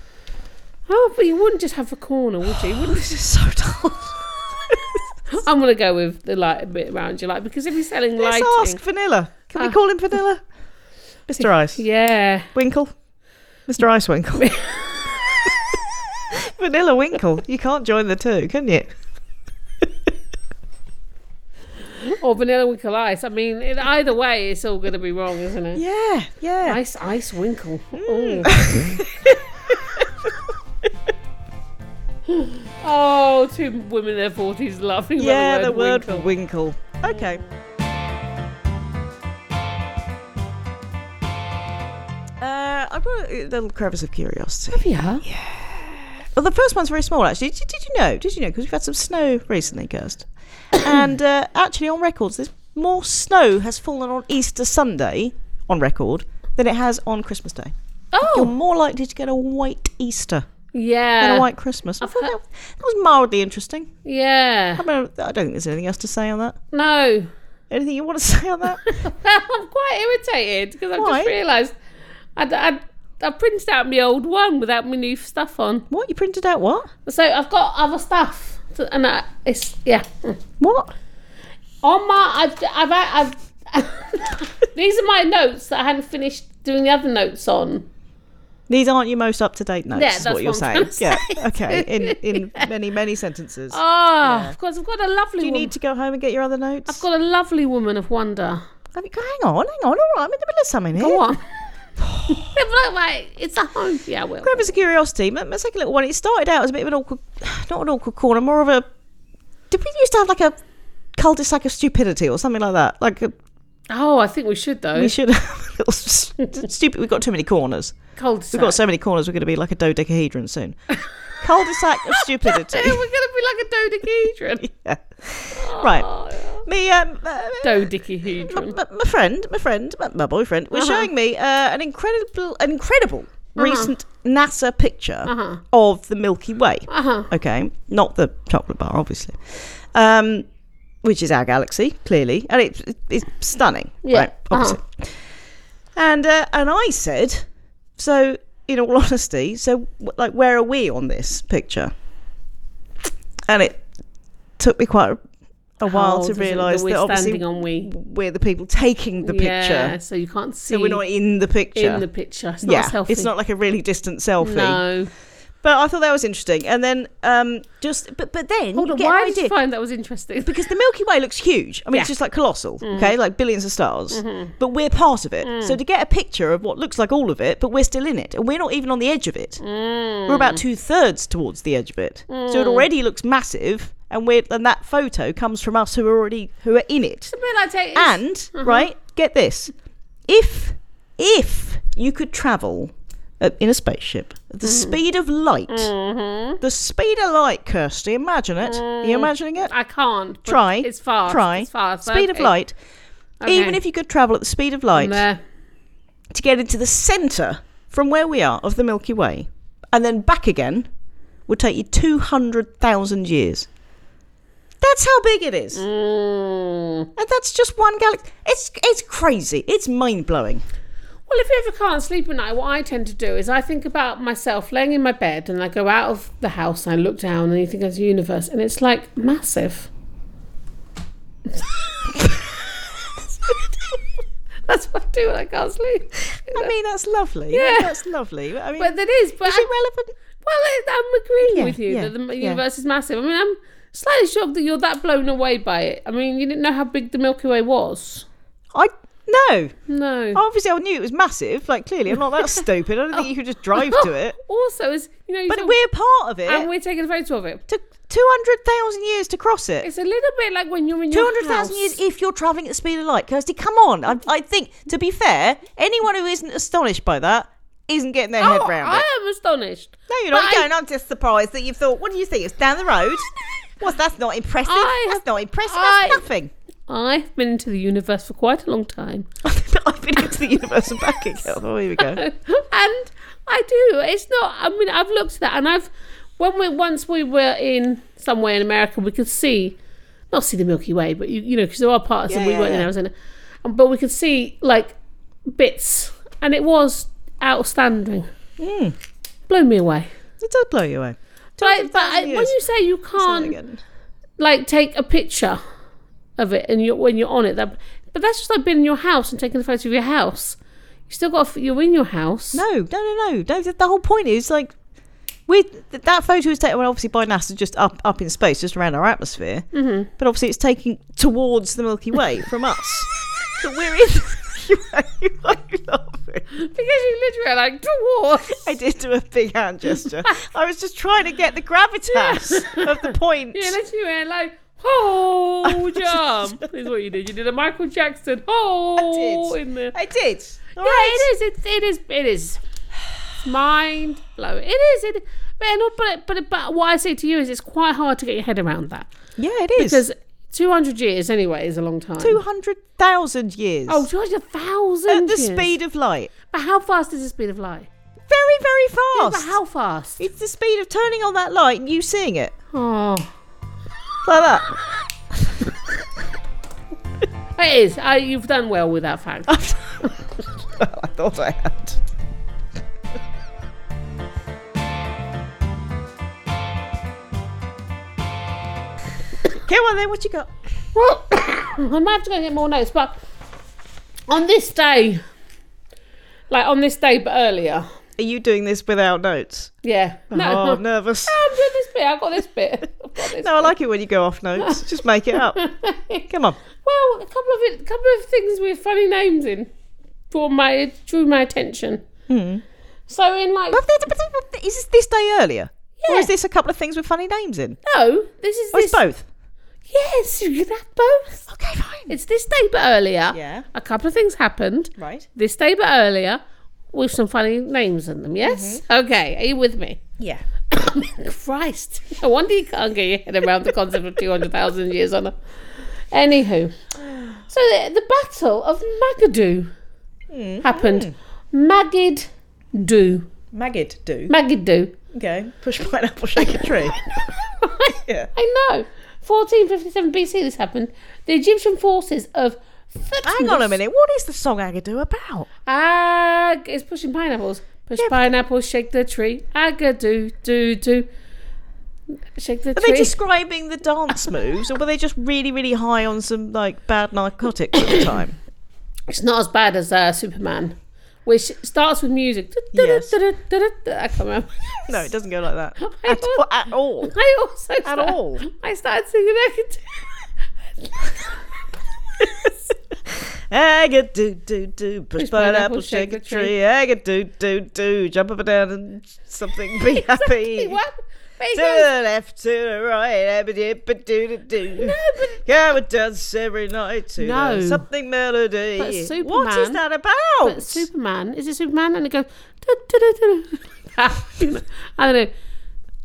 [SPEAKER 2] Oh, but you wouldn't just have a corner, would you? Wouldn't
[SPEAKER 1] This is so dull.
[SPEAKER 2] I'm gonna go with the light bit around your light because if you're selling
[SPEAKER 1] Let's
[SPEAKER 2] lighting,
[SPEAKER 1] ask Vanilla. Can
[SPEAKER 2] Ah.
[SPEAKER 1] we call him Vanilla? Mr. Ice.
[SPEAKER 2] yeah,
[SPEAKER 1] Winkle. Mr. Ice Winkle. Vanilla Winkle. You can't join the two, can you?
[SPEAKER 2] or vanilla winkle ice. I mean, it- either way, it's all gonna be wrong, isn't it?
[SPEAKER 1] Yeah, yeah. Hmm.
[SPEAKER 2] Ice, ice, winkle. Ooh. oh, two women in their forties laughing. about
[SPEAKER 1] yeah, the word
[SPEAKER 2] winkle.
[SPEAKER 1] winkle. Okay. Uh, I've got a little crevice of curiosity.
[SPEAKER 2] Yeah.
[SPEAKER 1] Well, the first one's very small, actually. Did, did you know? Did you know? Because we've had some snow recently, Kirst. and uh, actually, on records, there's more snow has fallen on Easter Sunday on record than it has on Christmas Day. You're
[SPEAKER 2] Oh,
[SPEAKER 1] more likely to get a white Easter than
[SPEAKER 2] yeah.
[SPEAKER 1] a white Christmas. I thought
[SPEAKER 2] heard-
[SPEAKER 1] that, that was mildly interesting.
[SPEAKER 2] Yeah.
[SPEAKER 1] I, mean, I don't think there's anything else to say on that.
[SPEAKER 2] No.
[SPEAKER 1] Anything you want to say on that?
[SPEAKER 2] I'm quite irritated because I've
[SPEAKER 1] Why?
[SPEAKER 2] just realised I'd, I'd, I printed out my old one without my new stuff on.
[SPEAKER 1] what you printed out? What?
[SPEAKER 2] So I've got other stuff, to, and I, it's yeah.
[SPEAKER 1] What?
[SPEAKER 2] On my, I've, I've, I've these are my notes that I hadn't finished doing the other notes on.
[SPEAKER 1] These aren't your most up to date notes,
[SPEAKER 2] Yeah,
[SPEAKER 1] is
[SPEAKER 2] that's
[SPEAKER 1] what you're
[SPEAKER 2] what I'm
[SPEAKER 1] saying.
[SPEAKER 2] trying
[SPEAKER 1] yeah.
[SPEAKER 2] to say.
[SPEAKER 1] Okay. In in many many sentences.
[SPEAKER 2] Oh, of course, I've got a lovely.
[SPEAKER 1] Do you
[SPEAKER 2] woman.
[SPEAKER 1] need to go home and get your other notes?
[SPEAKER 2] I've got a lovely woman of wonder.
[SPEAKER 1] Have you got- hang on, hang on. All right, I'm in the middle of something here.
[SPEAKER 2] Go on. Look, like, it's a home. Yeah, I will.
[SPEAKER 1] Grab us a curiosity. m- Let's take a little one. It started out as a bit of an awkward, not an awkward corner, more of a. Did we used to have like a cul-de-sac of stupidity or something like that? Like a,
[SPEAKER 2] Oh, I think we should though.
[SPEAKER 1] we should have a little st- stupid. We've got too many corners.
[SPEAKER 2] Cold.
[SPEAKER 1] We've got so many corners. We're going to be like a dodecahedron soon. Cul-de-sac of stupidity.
[SPEAKER 2] We're gonna be like a dodecahedron.
[SPEAKER 1] Yeah. Right. Me, um, uh,
[SPEAKER 2] dodecahedron.
[SPEAKER 1] my, my friend, my friend, my, my boyfriend was
[SPEAKER 2] Uh-huh.
[SPEAKER 1] showing me uh, an incredible, an incredible recent NASA picture of the Milky Way.
[SPEAKER 2] Uh-huh.
[SPEAKER 1] Okay, not the chocolate bar, obviously, um, which is our galaxy clearly, and it's it's stunning.
[SPEAKER 2] Yeah, Uh-huh.
[SPEAKER 1] right, obviously. And uh, and I said, so in all honesty, so w- like, where are we on this picture? And it took me quite a, a while
[SPEAKER 2] Oh,
[SPEAKER 1] to
[SPEAKER 2] does it-
[SPEAKER 1] realise
[SPEAKER 2] we're
[SPEAKER 1] that obviously
[SPEAKER 2] standing on we
[SPEAKER 1] we're the people taking the
[SPEAKER 2] Yeah,
[SPEAKER 1] picture.
[SPEAKER 2] so you can't see.
[SPEAKER 1] So we're not in the picture.
[SPEAKER 2] in the picture. It's not
[SPEAKER 1] yeah,
[SPEAKER 2] a selfie.
[SPEAKER 1] it's not like a really distant selfie.
[SPEAKER 2] No.
[SPEAKER 1] But I thought that was interesting. And then um, just but but then
[SPEAKER 2] Hold
[SPEAKER 1] you
[SPEAKER 2] on.
[SPEAKER 1] get
[SPEAKER 2] Why
[SPEAKER 1] an
[SPEAKER 2] did
[SPEAKER 1] idea
[SPEAKER 2] you find that was interesting?
[SPEAKER 1] because the Milky Way looks huge. I mean, it's
[SPEAKER 2] Yeah. Mm. Mm-hmm.
[SPEAKER 1] just like colossal. Okay, like billions of stars. But we're part of it. So to get a picture of what looks like all of it, but we're still in it, and we're not even on the edge of it.
[SPEAKER 2] Mm.
[SPEAKER 1] We're about two thirds towards the edge of it. So it already looks massive. And we're and that photo comes from us who are already who are in it.
[SPEAKER 2] It's a bit like Mm-hmm. taking.
[SPEAKER 1] And right, get this: if if you could travel uh, in a spaceship at the
[SPEAKER 2] Mm-hmm.
[SPEAKER 1] speed of light. The speed of light, Kirsty. Imagine it. Are you imagining it?
[SPEAKER 2] Mm. I can't. but
[SPEAKER 1] try.
[SPEAKER 2] It's fast.
[SPEAKER 1] Try.
[SPEAKER 2] It's fast.
[SPEAKER 1] Speed of
[SPEAKER 2] Okay.
[SPEAKER 1] light. Even
[SPEAKER 2] Okay.
[SPEAKER 1] if you could travel at the speed of light
[SPEAKER 2] Nah.
[SPEAKER 1] to get into the centre from where we are of the Milky Way and then back again would take you 200,000 years. That's how big it is.
[SPEAKER 2] Mm.
[SPEAKER 1] And that's just one galaxy. It's, it's crazy. It's mind blowing.
[SPEAKER 2] Well, if you ever can't sleep at night, what I tend to do is I think about myself laying in my bed and I go out of the house and I look down and you think it's the universe and it's like massive. That's what I do when I can't sleep.
[SPEAKER 1] I mean, that's lovely.
[SPEAKER 2] Yeah.
[SPEAKER 1] That's lovely. I mean,
[SPEAKER 2] But that is, but
[SPEAKER 1] is
[SPEAKER 2] I-
[SPEAKER 1] it relevant?
[SPEAKER 2] Well, I- I'm agreeing
[SPEAKER 1] Yeah,
[SPEAKER 2] with you
[SPEAKER 1] yeah,
[SPEAKER 2] that the m-
[SPEAKER 1] yeah.
[SPEAKER 2] universe is massive. I mean, I'm slightly shocked that you're that blown away by it. I mean, you didn't know how big the Milky Way was.
[SPEAKER 1] I. No.
[SPEAKER 2] No.
[SPEAKER 1] Obviously, I knew it was massive. Like, clearly, I'm not that stupid. I don't think you could just drive to it.
[SPEAKER 2] Also, is you know, you
[SPEAKER 1] But
[SPEAKER 2] thought-
[SPEAKER 1] we're part of it.
[SPEAKER 2] and we're taking a photo of it.
[SPEAKER 1] took 200,000 years to cross it.
[SPEAKER 2] It's a little bit like when you're in your
[SPEAKER 1] 200,000
[SPEAKER 2] house.
[SPEAKER 1] years if you're travelling at the speed of light. Kirsty, come on. I, I think, to be fair, anyone who isn't astonished by that isn't getting their head
[SPEAKER 2] Oh,
[SPEAKER 1] round it.
[SPEAKER 2] I am astonished.
[SPEAKER 1] No, you're not.
[SPEAKER 2] But
[SPEAKER 1] You
[SPEAKER 2] I-
[SPEAKER 1] don't. I'm just surprised that you thought, what do you think? It's down the road. What's that's not impressive.
[SPEAKER 2] I
[SPEAKER 1] that's
[SPEAKER 2] have-
[SPEAKER 1] not impressive.
[SPEAKER 2] I-
[SPEAKER 1] that's nothing.
[SPEAKER 2] I've been into the universe for quite a long time.
[SPEAKER 1] I've been into the universe and back again. Oh, here we go.
[SPEAKER 2] and I do. It's not. I mean, I've looked at that, and I've when we once we were in somewhere in America, we could see not see the Milky Way, but you you know because there are parts
[SPEAKER 1] Yeah,
[SPEAKER 2] and we
[SPEAKER 1] yeah,
[SPEAKER 2] weren't in
[SPEAKER 1] yeah.
[SPEAKER 2] Arizona, And- but we could see like bits, and it was outstanding.
[SPEAKER 1] Hmm.
[SPEAKER 2] Blew me away.
[SPEAKER 1] It does blow you away.
[SPEAKER 2] But, but I,
[SPEAKER 1] 200,000
[SPEAKER 2] when
[SPEAKER 1] years.
[SPEAKER 2] you say you
[SPEAKER 1] Say that
[SPEAKER 2] can't
[SPEAKER 1] again.
[SPEAKER 2] like take a picture of it and you when you're on it that but that's just like being in your house and taking a photo of your house you still got you're in your house
[SPEAKER 1] No, no, no, no. no the, the whole point is like we th- that photo was taken well, obviously by NASA just up up in space, just around our atmosphere. Mm-hmm. But obviously, it's taking towards the Milky Way from us. so we're in. the Milky Way. I love it.
[SPEAKER 2] because you literally are like dwarf
[SPEAKER 1] I did do a big hand gesture. I was just trying to get the gravitas of the point.
[SPEAKER 2] yeah like you were like oh jump is what you did you did a michael jackson oh in the
[SPEAKER 1] I did. All
[SPEAKER 2] yeah
[SPEAKER 1] right.
[SPEAKER 2] it is it, it is it is It's mind blowing it is it but, but, but, but what i say to you is it's quite hard to get your head around that
[SPEAKER 1] Yeah, it is.
[SPEAKER 2] because 200 years anyway is a long time
[SPEAKER 1] two hundred thousand years.
[SPEAKER 2] Oh, George, a thousand.
[SPEAKER 1] at the
[SPEAKER 2] years.
[SPEAKER 1] speed of light.
[SPEAKER 2] But how fast is the speed of light?
[SPEAKER 1] Very, very
[SPEAKER 2] Yeah,
[SPEAKER 1] fast.
[SPEAKER 2] but how fast?
[SPEAKER 1] It's the speed of turning on that light and you seeing it.
[SPEAKER 2] Oh,
[SPEAKER 1] Like that.
[SPEAKER 2] it is. I, you've done well with that fact.
[SPEAKER 1] I thought I had. Come on then, what you got?
[SPEAKER 2] Well, I might have to go and get more notes, but on this day, like on this day, but earlier.
[SPEAKER 1] Are you doing this without notes?
[SPEAKER 2] Yeah. No.
[SPEAKER 1] Oh, I'm nervous.
[SPEAKER 2] I'm doing this bit. I've got this bit. I've got this.
[SPEAKER 1] No, I like it when you go off notes. Just make it up. Come on.
[SPEAKER 2] Well, a couple of it, couple of things with funny names in, brought my drew my attention.
[SPEAKER 1] Hmm.
[SPEAKER 2] So in like
[SPEAKER 1] Is this this day earlier? Or
[SPEAKER 2] Yeah.
[SPEAKER 1] is this a couple of things with funny names in?
[SPEAKER 2] no, this is
[SPEAKER 1] Or it's
[SPEAKER 2] this.
[SPEAKER 1] both?
[SPEAKER 2] Yes, you can have both.
[SPEAKER 1] Okay, fine.
[SPEAKER 2] It's this day but earlier.
[SPEAKER 1] Yeah.
[SPEAKER 2] A couple of things happened
[SPEAKER 1] Right.
[SPEAKER 2] this day but earlier with some funny names in them, yes?
[SPEAKER 1] Mm-hmm.
[SPEAKER 2] Okay, are you with me?
[SPEAKER 1] Yeah.
[SPEAKER 2] Christ. No wonder you can't get your head around the concept of 200,000 years on a. Anywho. So the, the Battle of Magadoo
[SPEAKER 1] Mm-hmm.
[SPEAKER 2] happened. Magid do.
[SPEAKER 1] Maggot do.
[SPEAKER 2] Magid do.
[SPEAKER 1] Okay. Push pineapple, shake a tree. yeah.
[SPEAKER 2] I know. 1457 BC this happened. The Egyptian forces of
[SPEAKER 1] Hang on a
[SPEAKER 2] Thutmose-
[SPEAKER 1] minute. What is the song Agadoo about?
[SPEAKER 2] Ag it's pushing pineapples. Push pineapples, shake the tree. Agadoo, do do. Shake the
[SPEAKER 1] Are
[SPEAKER 2] tree.
[SPEAKER 1] they describing the dance moves, or were they just really, really high on some like bad narcotics at the time?
[SPEAKER 2] It's not as bad as uh, Superman, which starts with music.
[SPEAKER 1] Yes.
[SPEAKER 2] I can't remember.
[SPEAKER 1] No, it doesn't go like that
[SPEAKER 2] I
[SPEAKER 1] at,
[SPEAKER 2] don't-
[SPEAKER 1] well, at all.
[SPEAKER 2] I also at
[SPEAKER 1] all.
[SPEAKER 2] I started singing Agadoo.
[SPEAKER 1] Agadoo do do, push pineapple, shake the tree. Agadoo do do, jump up and down and something, be happy.
[SPEAKER 2] What? But he
[SPEAKER 1] To
[SPEAKER 2] goes,
[SPEAKER 1] the left, to the right, abba-dibba-doo-doo-doo. Come and dance every night to
[SPEAKER 2] No.
[SPEAKER 1] the something melody.
[SPEAKER 2] But
[SPEAKER 1] what is
[SPEAKER 2] Superman-
[SPEAKER 1] that about?
[SPEAKER 2] but Superman, is it Superman? And it goes, "Du- du- du- du- du," like that, you know. I don't know.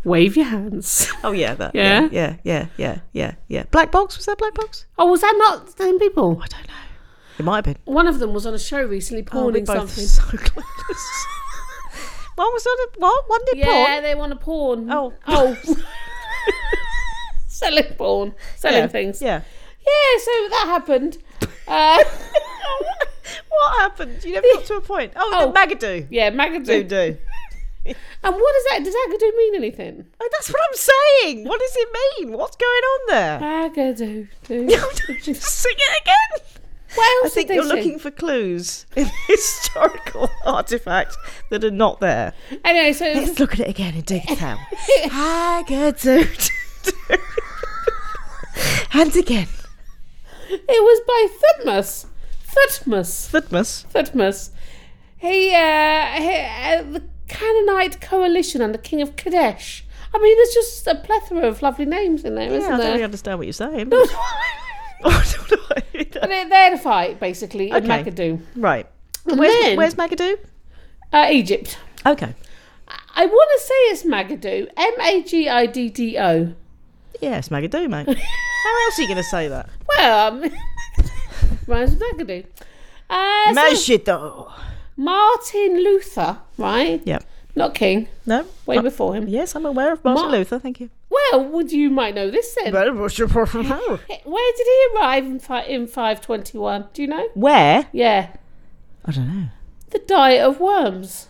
[SPEAKER 2] Wave your hands.
[SPEAKER 1] oh yeah, that.
[SPEAKER 2] Yeah?
[SPEAKER 1] yeah, yeah, yeah, yeah, yeah, yeah. Black box was that Black box?
[SPEAKER 2] Oh, was that not the same people?
[SPEAKER 1] I don't know. It might have been.
[SPEAKER 2] One of them was on a show recently
[SPEAKER 1] Oh, we're
[SPEAKER 2] pawning
[SPEAKER 1] both
[SPEAKER 2] something.
[SPEAKER 1] so clueless. One was on a what? One did
[SPEAKER 2] Yeah,
[SPEAKER 1] porn.
[SPEAKER 2] they want to pawn.
[SPEAKER 1] Oh.
[SPEAKER 2] oh. Selling porn, selling
[SPEAKER 1] yeah.
[SPEAKER 2] things.
[SPEAKER 1] Yeah.
[SPEAKER 2] Yeah, so that happened. Uh,
[SPEAKER 1] What happened? You never got to a point. Oh,
[SPEAKER 2] Oh.
[SPEAKER 1] the Magadoo.
[SPEAKER 2] yeah, Magadoo.
[SPEAKER 1] Do do.
[SPEAKER 2] And what is that? Does Agadoo mean anything?
[SPEAKER 1] Oh, that's what I'm saying. What does it mean? What's going on
[SPEAKER 2] Uh,
[SPEAKER 1] there?
[SPEAKER 2] Agadoo.
[SPEAKER 1] Sing it again.
[SPEAKER 2] What
[SPEAKER 1] I
[SPEAKER 2] else
[SPEAKER 1] think
[SPEAKER 2] did they
[SPEAKER 1] you're
[SPEAKER 2] say?
[SPEAKER 1] looking for clues in historical artifacts that are not there.
[SPEAKER 2] Anyway, so it was
[SPEAKER 1] Let's look at it again and dig it out. Hagadoo. and again.
[SPEAKER 2] It was by Thutmose. Thutmose.
[SPEAKER 1] Thutmus.
[SPEAKER 2] Thutmose. He, uh, he uh, the Canaanite coalition under King of Kadesh. I mean, there's just a plethora of lovely names in there,
[SPEAKER 1] Yeah, I
[SPEAKER 2] not
[SPEAKER 1] don't really
[SPEAKER 2] there?
[SPEAKER 1] understand what you're saying.
[SPEAKER 2] but
[SPEAKER 1] Oh, no, no, either.
[SPEAKER 2] they're there to fight, basically, in
[SPEAKER 1] Okay.
[SPEAKER 2] Magadoo.
[SPEAKER 1] right.
[SPEAKER 2] And
[SPEAKER 1] Where's,
[SPEAKER 2] then-
[SPEAKER 1] where's Magadoo?
[SPEAKER 2] Uh, Egypt.
[SPEAKER 1] Okay.
[SPEAKER 2] I want to say it's Magadoo. M A G I D D O.
[SPEAKER 1] Yes, Magadoo, mate. How else are you going to say that?
[SPEAKER 2] Well, um, rhymes with Magadoo. Uh, so
[SPEAKER 1] Magadoo.
[SPEAKER 2] Martin Luther, right?
[SPEAKER 1] Yep.
[SPEAKER 2] Not King,
[SPEAKER 1] No?
[SPEAKER 2] way
[SPEAKER 1] Uh,
[SPEAKER 2] before him.
[SPEAKER 1] Yes, I'm aware of Martin
[SPEAKER 2] Ma-
[SPEAKER 1] Luther, thank you.
[SPEAKER 2] Well, would you might know this then? Where did he arrive in, fi- in 521? Do you know?
[SPEAKER 1] Where?
[SPEAKER 2] Yeah.
[SPEAKER 1] I don't know.
[SPEAKER 2] The diet of worms.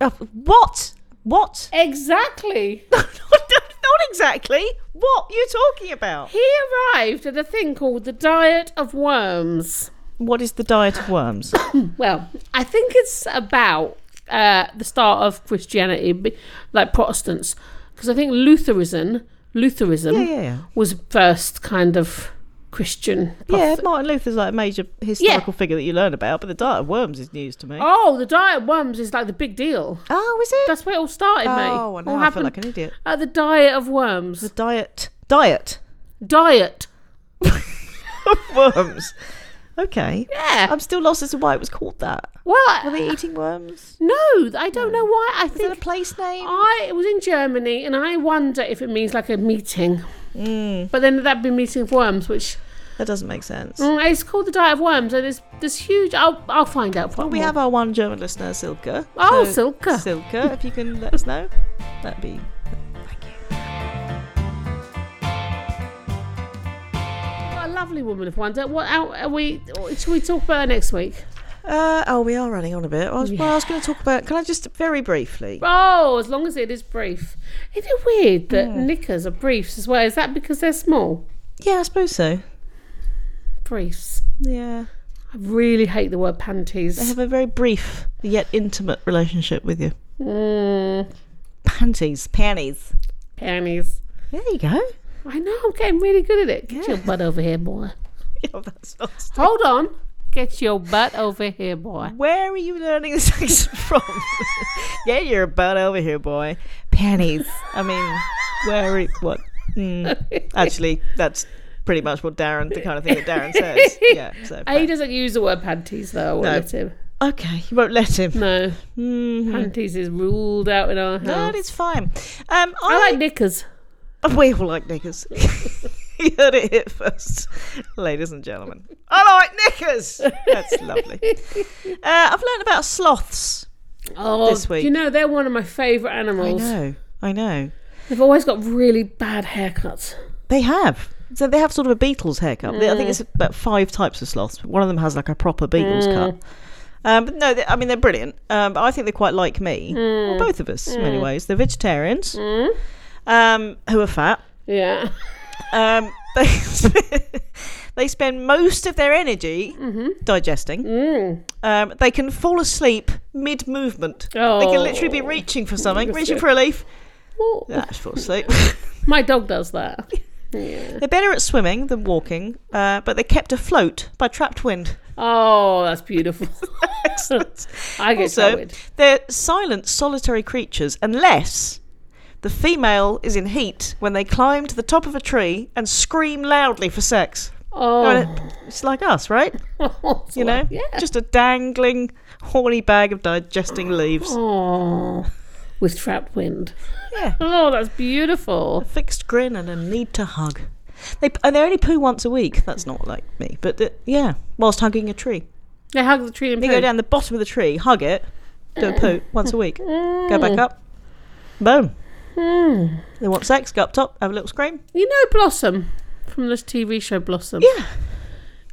[SPEAKER 1] Uh, what? What?
[SPEAKER 2] Exactly.
[SPEAKER 1] not exactly. What are you talking about?
[SPEAKER 2] He arrived at a thing called the diet of worms.
[SPEAKER 1] What is the diet of worms?
[SPEAKER 2] Well, I think it's about uh, the start of Christianity, b- like Protestants, because I think Lutheranism, Lutheranism
[SPEAKER 1] yeah, yeah, yeah.
[SPEAKER 2] was first kind of Christian.
[SPEAKER 1] Yeah,
[SPEAKER 2] prophet-
[SPEAKER 1] Martin Luther's like a major historical figure that you learn about, but the diet of worms is news to me.
[SPEAKER 2] Oh, the diet of worms is like the big deal.
[SPEAKER 1] oh is it?
[SPEAKER 2] That's where it all started, mate.
[SPEAKER 1] Oh, I know.
[SPEAKER 2] All
[SPEAKER 1] I feel
[SPEAKER 2] happened
[SPEAKER 1] like an idiot.
[SPEAKER 2] at the diet of worms.
[SPEAKER 1] The diet diet
[SPEAKER 2] Diet.
[SPEAKER 1] of worms. Okay.
[SPEAKER 2] Yeah.
[SPEAKER 1] I'm still lost as to why it was called that.
[SPEAKER 2] well,
[SPEAKER 1] Were
[SPEAKER 2] I,
[SPEAKER 1] they eating worms?
[SPEAKER 2] no, I don't know why. I
[SPEAKER 1] Is it a
[SPEAKER 2] think
[SPEAKER 1] place name?
[SPEAKER 2] I was in Germany, and I wonder if it means like a meeting.
[SPEAKER 1] Mm.
[SPEAKER 2] But then that'd be meeting of worms, which
[SPEAKER 1] That doesn't make sense.
[SPEAKER 2] mm, it's called the diet of worms, and it's this huge. I'll I'll find out.
[SPEAKER 1] Well, we have our one German listener, Silke.
[SPEAKER 2] Oh,
[SPEAKER 1] So,
[SPEAKER 2] Silke.
[SPEAKER 1] Silke, if you can let us know, that'd be
[SPEAKER 2] a lovely woman of wonder. What out are we? oh, Should we talk about her next week?
[SPEAKER 1] Uh, oh, we are running on a bit. I was, Well, I was going to talk about. Can I just very briefly?
[SPEAKER 2] Oh, as long as it is brief. Isn't it weird that
[SPEAKER 1] Hmm.
[SPEAKER 2] knickers are briefs as well? Is that because they're small?
[SPEAKER 1] Yeah, I suppose so.
[SPEAKER 2] Briefs.
[SPEAKER 1] Yeah,
[SPEAKER 2] I really hate the word
[SPEAKER 1] they
[SPEAKER 2] panties.
[SPEAKER 1] have a very brief yet intimate relationship with you.
[SPEAKER 2] Mm,
[SPEAKER 1] Panties, panties.
[SPEAKER 2] panties.
[SPEAKER 1] There you go.
[SPEAKER 2] I know, I'm getting really good at it. Get your butt over here, boy.
[SPEAKER 1] Oh, that's not st-
[SPEAKER 2] Hold on. Get your butt over here, boy.
[SPEAKER 1] Where are you learning this accent from? Get your butt over here, boy. Panties. I mean, where? Are, what? Mm. Actually, that's pretty much what Darren, the kind of thing that Darren says. Yeah. So.
[SPEAKER 2] He doesn't use the word panties, though. I won't
[SPEAKER 1] No.
[SPEAKER 2] let him.
[SPEAKER 1] okay, you won't let him.
[SPEAKER 2] No.
[SPEAKER 1] Mm.
[SPEAKER 2] Panties is ruled out in our house.
[SPEAKER 1] That is fine. Um,
[SPEAKER 2] I like knickers.
[SPEAKER 1] We all like knickers. you heard it here first, ladies and gentlemen. I like knickers. That's lovely. Uh, I've learned about sloths.
[SPEAKER 2] Oh,
[SPEAKER 1] This week.
[SPEAKER 2] you know, they're one of my favourite animals.
[SPEAKER 1] I know.
[SPEAKER 2] They've always got really bad haircuts.
[SPEAKER 1] They have. So they have sort of a Beatles haircut. They- I think it's about five types of sloths. But one of them has like a proper Beatles cut. Um, but no, they, I mean they're brilliant. Um, but I think they're quite like me, Well, both of us in many ways. They're vegetarians um, who are fat.
[SPEAKER 2] Yeah.
[SPEAKER 1] Um, they, sp- they spend most of their energy digesting. Um, they can fall asleep mid movement. They can literally be
[SPEAKER 2] Oh.
[SPEAKER 1] reaching for something, reaching for a leaf.
[SPEAKER 2] Oh,
[SPEAKER 1] Ah, just fall asleep.
[SPEAKER 2] My dog does that. Yeah.
[SPEAKER 1] They're better at swimming than walking, uh, but they're kept afloat by trapped wind.
[SPEAKER 2] Oh, that's beautiful.
[SPEAKER 1] Excellent.
[SPEAKER 2] I get
[SPEAKER 1] also,
[SPEAKER 2] so
[SPEAKER 1] they're silent, solitary creatures unless The female is in heat when they climb to the top of a tree and scream loudly for sex.
[SPEAKER 2] Oh,
[SPEAKER 1] It's like us, right? You know?
[SPEAKER 2] Yeah.
[SPEAKER 1] Just a dangling, horny bag of digesting leaves.
[SPEAKER 2] Oh, with trapped wind.
[SPEAKER 1] Yeah.
[SPEAKER 2] Oh, that's beautiful.
[SPEAKER 1] Fixed grin and a need to hug. They, and they only poo once a week. That's not like me. But uh, yeah, whilst hugging a tree.
[SPEAKER 2] They hug the tree and
[SPEAKER 1] They
[SPEAKER 2] poo.
[SPEAKER 1] go down the bottom of the tree, hug it, do a poo once a week, go back up, boom. They want sex, go up top, have a little scream.
[SPEAKER 2] You know Blossom from this TV show Blossom.
[SPEAKER 1] Yeah.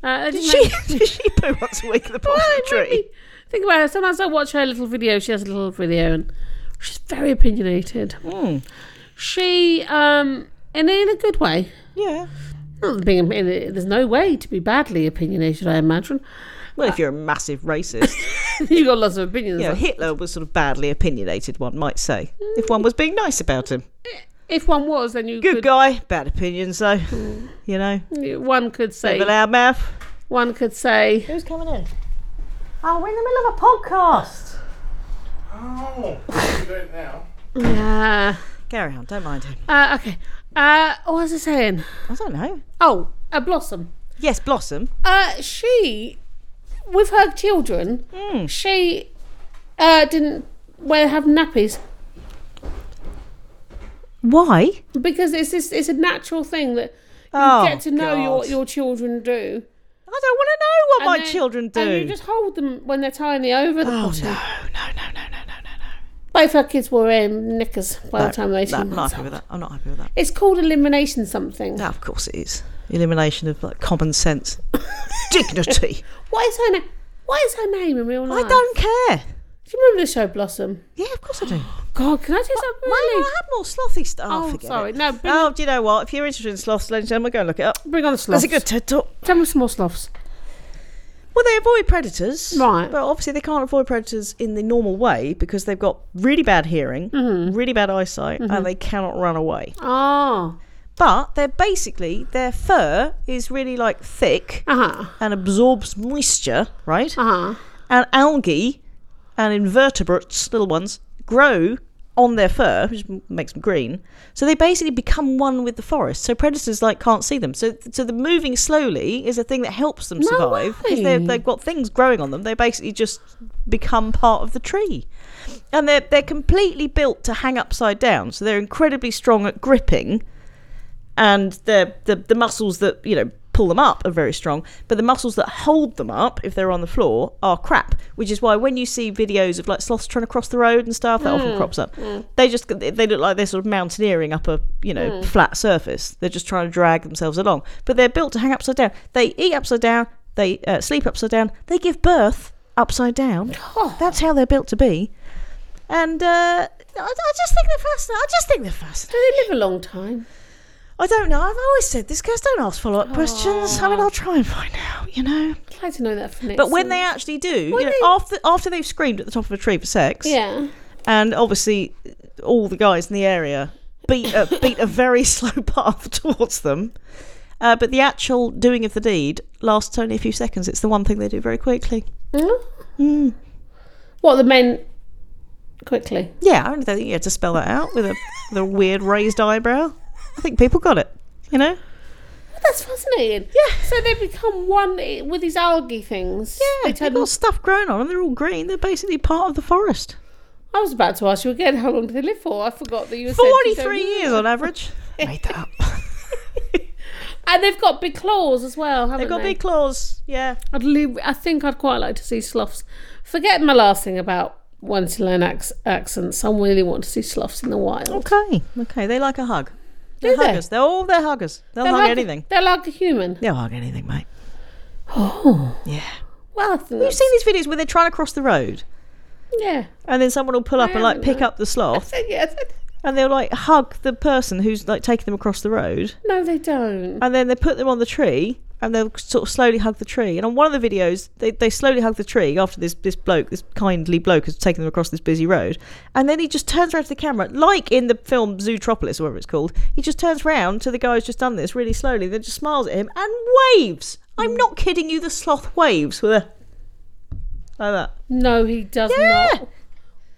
[SPEAKER 2] Uh,
[SPEAKER 1] Did she, did she poo once a week at the bottom of the tree?
[SPEAKER 2] Think about it. Sometimes I watch her little video. She has a little video, and she's very opinionated.
[SPEAKER 1] Hmm.
[SPEAKER 2] She, um, and in a good way.
[SPEAKER 1] Yeah.
[SPEAKER 2] Not being, in a- there's no way to be badly opinionated. I imagine
[SPEAKER 1] Well, if you're a massive racist,
[SPEAKER 2] you got lots of opinions.
[SPEAKER 1] you know, Hitler was sort of badly opinionated, one might say, if one was being nice about him.
[SPEAKER 2] If one was, then you
[SPEAKER 1] Good Mm.
[SPEAKER 2] could.
[SPEAKER 1] guy, bad opinions though. You know,
[SPEAKER 2] One could say.
[SPEAKER 1] bit of a loud mouth.
[SPEAKER 2] One could say.
[SPEAKER 1] Who's coming in? Oh, we're in the middle of a podcast.
[SPEAKER 5] Oh, do it now.
[SPEAKER 2] Yeah.
[SPEAKER 1] Carry on, don't mind him.
[SPEAKER 2] Uh, okay. Uh, what was I saying?
[SPEAKER 1] I don't know.
[SPEAKER 2] Oh, a blossom.
[SPEAKER 1] Yes, Blossom.
[SPEAKER 2] Uh, she, with her children,
[SPEAKER 1] Hmm.
[SPEAKER 2] she uh, didn't wear have nappies
[SPEAKER 1] Why?
[SPEAKER 2] because it's this, it's a natural thing that you
[SPEAKER 1] Oh,
[SPEAKER 2] get to know your,
[SPEAKER 1] God.
[SPEAKER 2] your children do.
[SPEAKER 1] I don't want to know what
[SPEAKER 2] And
[SPEAKER 1] my
[SPEAKER 2] then-
[SPEAKER 1] children do. Oh,
[SPEAKER 2] And you just hold them when they're tiny over the bottom.
[SPEAKER 1] no, no, no, no, no, no, no.
[SPEAKER 2] Both her kids were um, knickers by the time they're
[SPEAKER 1] No,
[SPEAKER 2] 18
[SPEAKER 1] I'm not
[SPEAKER 2] months
[SPEAKER 1] happy
[SPEAKER 2] old.
[SPEAKER 1] with that. I'm not happy with that.
[SPEAKER 2] It's called elimination something.
[SPEAKER 1] No, of course it is. Elimination of like common sense, dignity.
[SPEAKER 2] What is her name? What is her name in real life?
[SPEAKER 1] I don't care.
[SPEAKER 2] Do you remember the show Blossom?
[SPEAKER 1] Yeah, of course I do.
[SPEAKER 2] God, can I do something
[SPEAKER 1] Mine
[SPEAKER 2] really?
[SPEAKER 1] will have more slothy stuff.
[SPEAKER 2] Oh,
[SPEAKER 1] forget
[SPEAKER 2] sorry.
[SPEAKER 1] it.
[SPEAKER 2] No, bring,
[SPEAKER 1] Oh, do you know what? If you're interested in sloths, ladies and gentlemen, go and look it up.
[SPEAKER 2] bring on the
[SPEAKER 1] That's
[SPEAKER 2] sloths.
[SPEAKER 1] a good TED talk.
[SPEAKER 2] Tell me some more sloths.
[SPEAKER 1] Well, they avoid predators.
[SPEAKER 2] Right.
[SPEAKER 1] But obviously, they can't avoid predators in the normal way because they've got really bad hearing,
[SPEAKER 2] Mm-hmm.
[SPEAKER 1] really bad eyesight, and they cannot run away.
[SPEAKER 2] Oh.
[SPEAKER 1] But they're basically, their fur is really like thick
[SPEAKER 2] Uh-huh.
[SPEAKER 1] and absorbs moisture, right?
[SPEAKER 2] Uh-huh.
[SPEAKER 1] And algae and invertebrates, little ones, grow on their fur, which m- makes them green. So they basically become one with the forest. So predators like can't see them. So so the moving slowly is a thing that helps them survive because
[SPEAKER 2] way.
[SPEAKER 1] they've, they've got things growing on them. They basically just become part of the tree, and they're they're completely built to hang upside down. So they're incredibly strong at gripping, and the the, the muscles that you know pull them up are very strong but the muscles that hold them up if they're on the floor are crap which is why when you see videos of like sloths trying to cross the road and stuff that often crops up they just they look like they're sort of mountaineering up a you know flat surface they're just trying to drag themselves along but they're built to hang upside down they eat upside down they uh, sleep upside down they give birth upside down that's how they're built to be and uh, I, I just think they're fascinating i just think they're fascinating
[SPEAKER 2] Do they live a long time?
[SPEAKER 1] I don't know. I've always said this, guys. Don't ask follow up questions. I mean, I'll try and find out, you know.
[SPEAKER 2] I'd like to know that for next
[SPEAKER 1] But when
[SPEAKER 2] time.
[SPEAKER 1] they actually do, you
[SPEAKER 2] When
[SPEAKER 1] know,
[SPEAKER 2] they-
[SPEAKER 1] after after they've screamed at the top of a tree for sex,
[SPEAKER 2] Yeah.
[SPEAKER 1] and obviously all the guys in the area beat a, beat a very slow path towards them. Uh, but the actual doing of the deed lasts only a few seconds. It's the one thing they do very quickly. Hmm.
[SPEAKER 2] What, the men... Quickly.
[SPEAKER 1] Yeah, I don't think you had to spell that out with a, with a weird raised eyebrow. I think people got it. You know?
[SPEAKER 2] That's fascinating. Yeah. So they become one i- with these algae things.
[SPEAKER 1] Yeah,
[SPEAKER 2] They
[SPEAKER 1] they've
[SPEAKER 2] turn,
[SPEAKER 1] got stuff growing on them. They're all green. They're basically part of the forest.
[SPEAKER 2] I was about to ask you again, how long do they live for? I forgot that you were
[SPEAKER 1] 43 years on average.
[SPEAKER 2] And they've got big claws as well, haven't
[SPEAKER 1] They've got
[SPEAKER 2] they?
[SPEAKER 1] big claws. Yeah.
[SPEAKER 2] I'd leave, I think I'd quite like to see sloths. Forget my last thing about wanting to learn ac- accents. I really want to see sloths in the wild.
[SPEAKER 1] Okay. Okay. They like a hug. They're
[SPEAKER 2] Do they?
[SPEAKER 1] huggers. They? are all they're huggers. They'll hug
[SPEAKER 2] like,
[SPEAKER 1] anything.
[SPEAKER 2] They're like a human.
[SPEAKER 1] They'll hug anything, mate.
[SPEAKER 2] Oh.
[SPEAKER 1] Yeah.
[SPEAKER 2] Well, I think
[SPEAKER 1] You've seen these videos where they're trying to cross the road
[SPEAKER 2] Yeah.
[SPEAKER 1] and then someone will pull up and like pick up the sloth
[SPEAKER 2] So, yes. I-
[SPEAKER 1] and they'll like hug the person who's like taking them across the road
[SPEAKER 2] No, they don't.
[SPEAKER 1] and then they put them on the tree and they'll sort of slowly hug the tree. And on one of the videos, they, they slowly hug the tree after this, this bloke, this kindly bloke, has taken them across this busy road. And then he just turns around to the camera, like in the film Zootropolis, or whatever it's called. He just turns round to the guy who's just done this really slowly, then just smiles at him and waves. I'm not kidding you, the sloth waves with a. like that.
[SPEAKER 2] No, he does
[SPEAKER 1] Yeah.
[SPEAKER 2] not.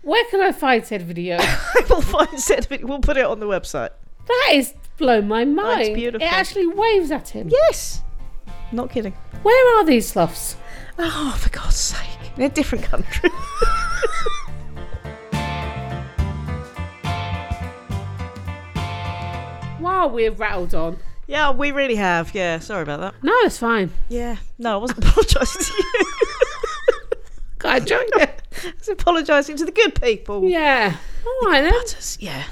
[SPEAKER 2] Where can I find said video?
[SPEAKER 1] I will find said video. We'll put it on the website.
[SPEAKER 2] that is blown my mind.
[SPEAKER 1] beautiful.
[SPEAKER 2] It actually waves at him.
[SPEAKER 1] Yes. Not kidding.
[SPEAKER 2] Where are these sloths?
[SPEAKER 1] Oh, for God's sake. In a different country.
[SPEAKER 2] Wow, we're rattled on.
[SPEAKER 1] yeah, we really have. Yeah, sorry about that.
[SPEAKER 2] No, it's fine.
[SPEAKER 1] Yeah. No, I wasn't apologising to you.
[SPEAKER 2] I enjoyed it.
[SPEAKER 1] I was apologising to the good people.
[SPEAKER 2] Yeah. All right then.
[SPEAKER 1] Butters, yeah.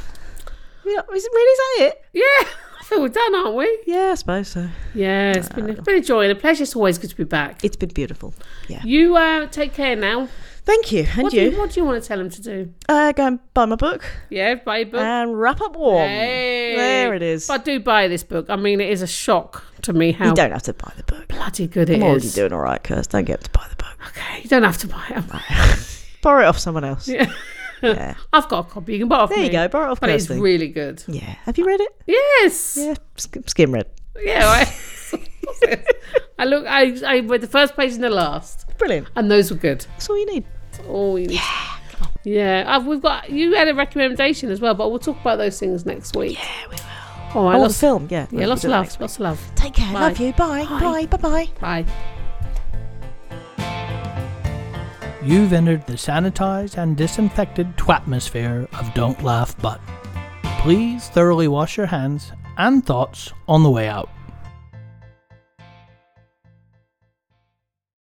[SPEAKER 1] Yeah, Is it really is that it?
[SPEAKER 2] Yeah. I think we're done, aren't we?
[SPEAKER 1] Yeah, I suppose so.
[SPEAKER 2] Yeah, it's
[SPEAKER 1] Uh.
[SPEAKER 2] been, a, been a joy and a pleasure. It's always good to be back.
[SPEAKER 1] It's been beautiful.
[SPEAKER 2] You uh, take care now.
[SPEAKER 1] Thank you. And
[SPEAKER 2] What do
[SPEAKER 1] you?
[SPEAKER 2] you, what do you want to tell them to do?
[SPEAKER 1] Uh, go and buy my book
[SPEAKER 2] Yeah, buy a book.
[SPEAKER 1] and wrap up warm.
[SPEAKER 2] Hey.
[SPEAKER 1] Um, There it is.
[SPEAKER 2] But I do buy this book. I mean, it is a shock to me how
[SPEAKER 1] you don't have to buy the book.
[SPEAKER 2] bloody good it
[SPEAKER 1] I'm
[SPEAKER 2] is.
[SPEAKER 1] already doing all right, Kirst. Don't get him to buy the book.
[SPEAKER 2] Okay, you don't have to buy it.
[SPEAKER 1] Borrow it off someone else.
[SPEAKER 2] Yeah.
[SPEAKER 1] Yeah.
[SPEAKER 2] I've got a copy. You can borrow it off
[SPEAKER 1] There
[SPEAKER 2] me.
[SPEAKER 1] you go. Borrow it off
[SPEAKER 2] But it's
[SPEAKER 1] Kirsty.
[SPEAKER 2] really good.
[SPEAKER 1] yeah. Have you read it?
[SPEAKER 2] Yes.
[SPEAKER 1] Yeah. Sk- skim read.
[SPEAKER 2] Yeah. I, I look. I, I read the first page and the last,
[SPEAKER 1] Brilliant.
[SPEAKER 2] and those were good.
[SPEAKER 1] That's all you need.
[SPEAKER 2] Oh, you need yeah. Yeah, I've, we've got you had a recommendation as well, but we'll talk about those things next week. Yeah, we will. All right,
[SPEAKER 1] Oh, the
[SPEAKER 2] lots,
[SPEAKER 1] film. Yeah.
[SPEAKER 2] yeah, lots of
[SPEAKER 1] We'll do it
[SPEAKER 2] love, lots of love.
[SPEAKER 1] next. Take care.
[SPEAKER 2] Bye.
[SPEAKER 1] Love you. Bye. Bye. Bye. Bye.
[SPEAKER 2] Bye.
[SPEAKER 3] You've entered the sanitized and disinfected twatmosphere of Don't Laugh But. Please thoroughly wash your hands and thoughts on the way out.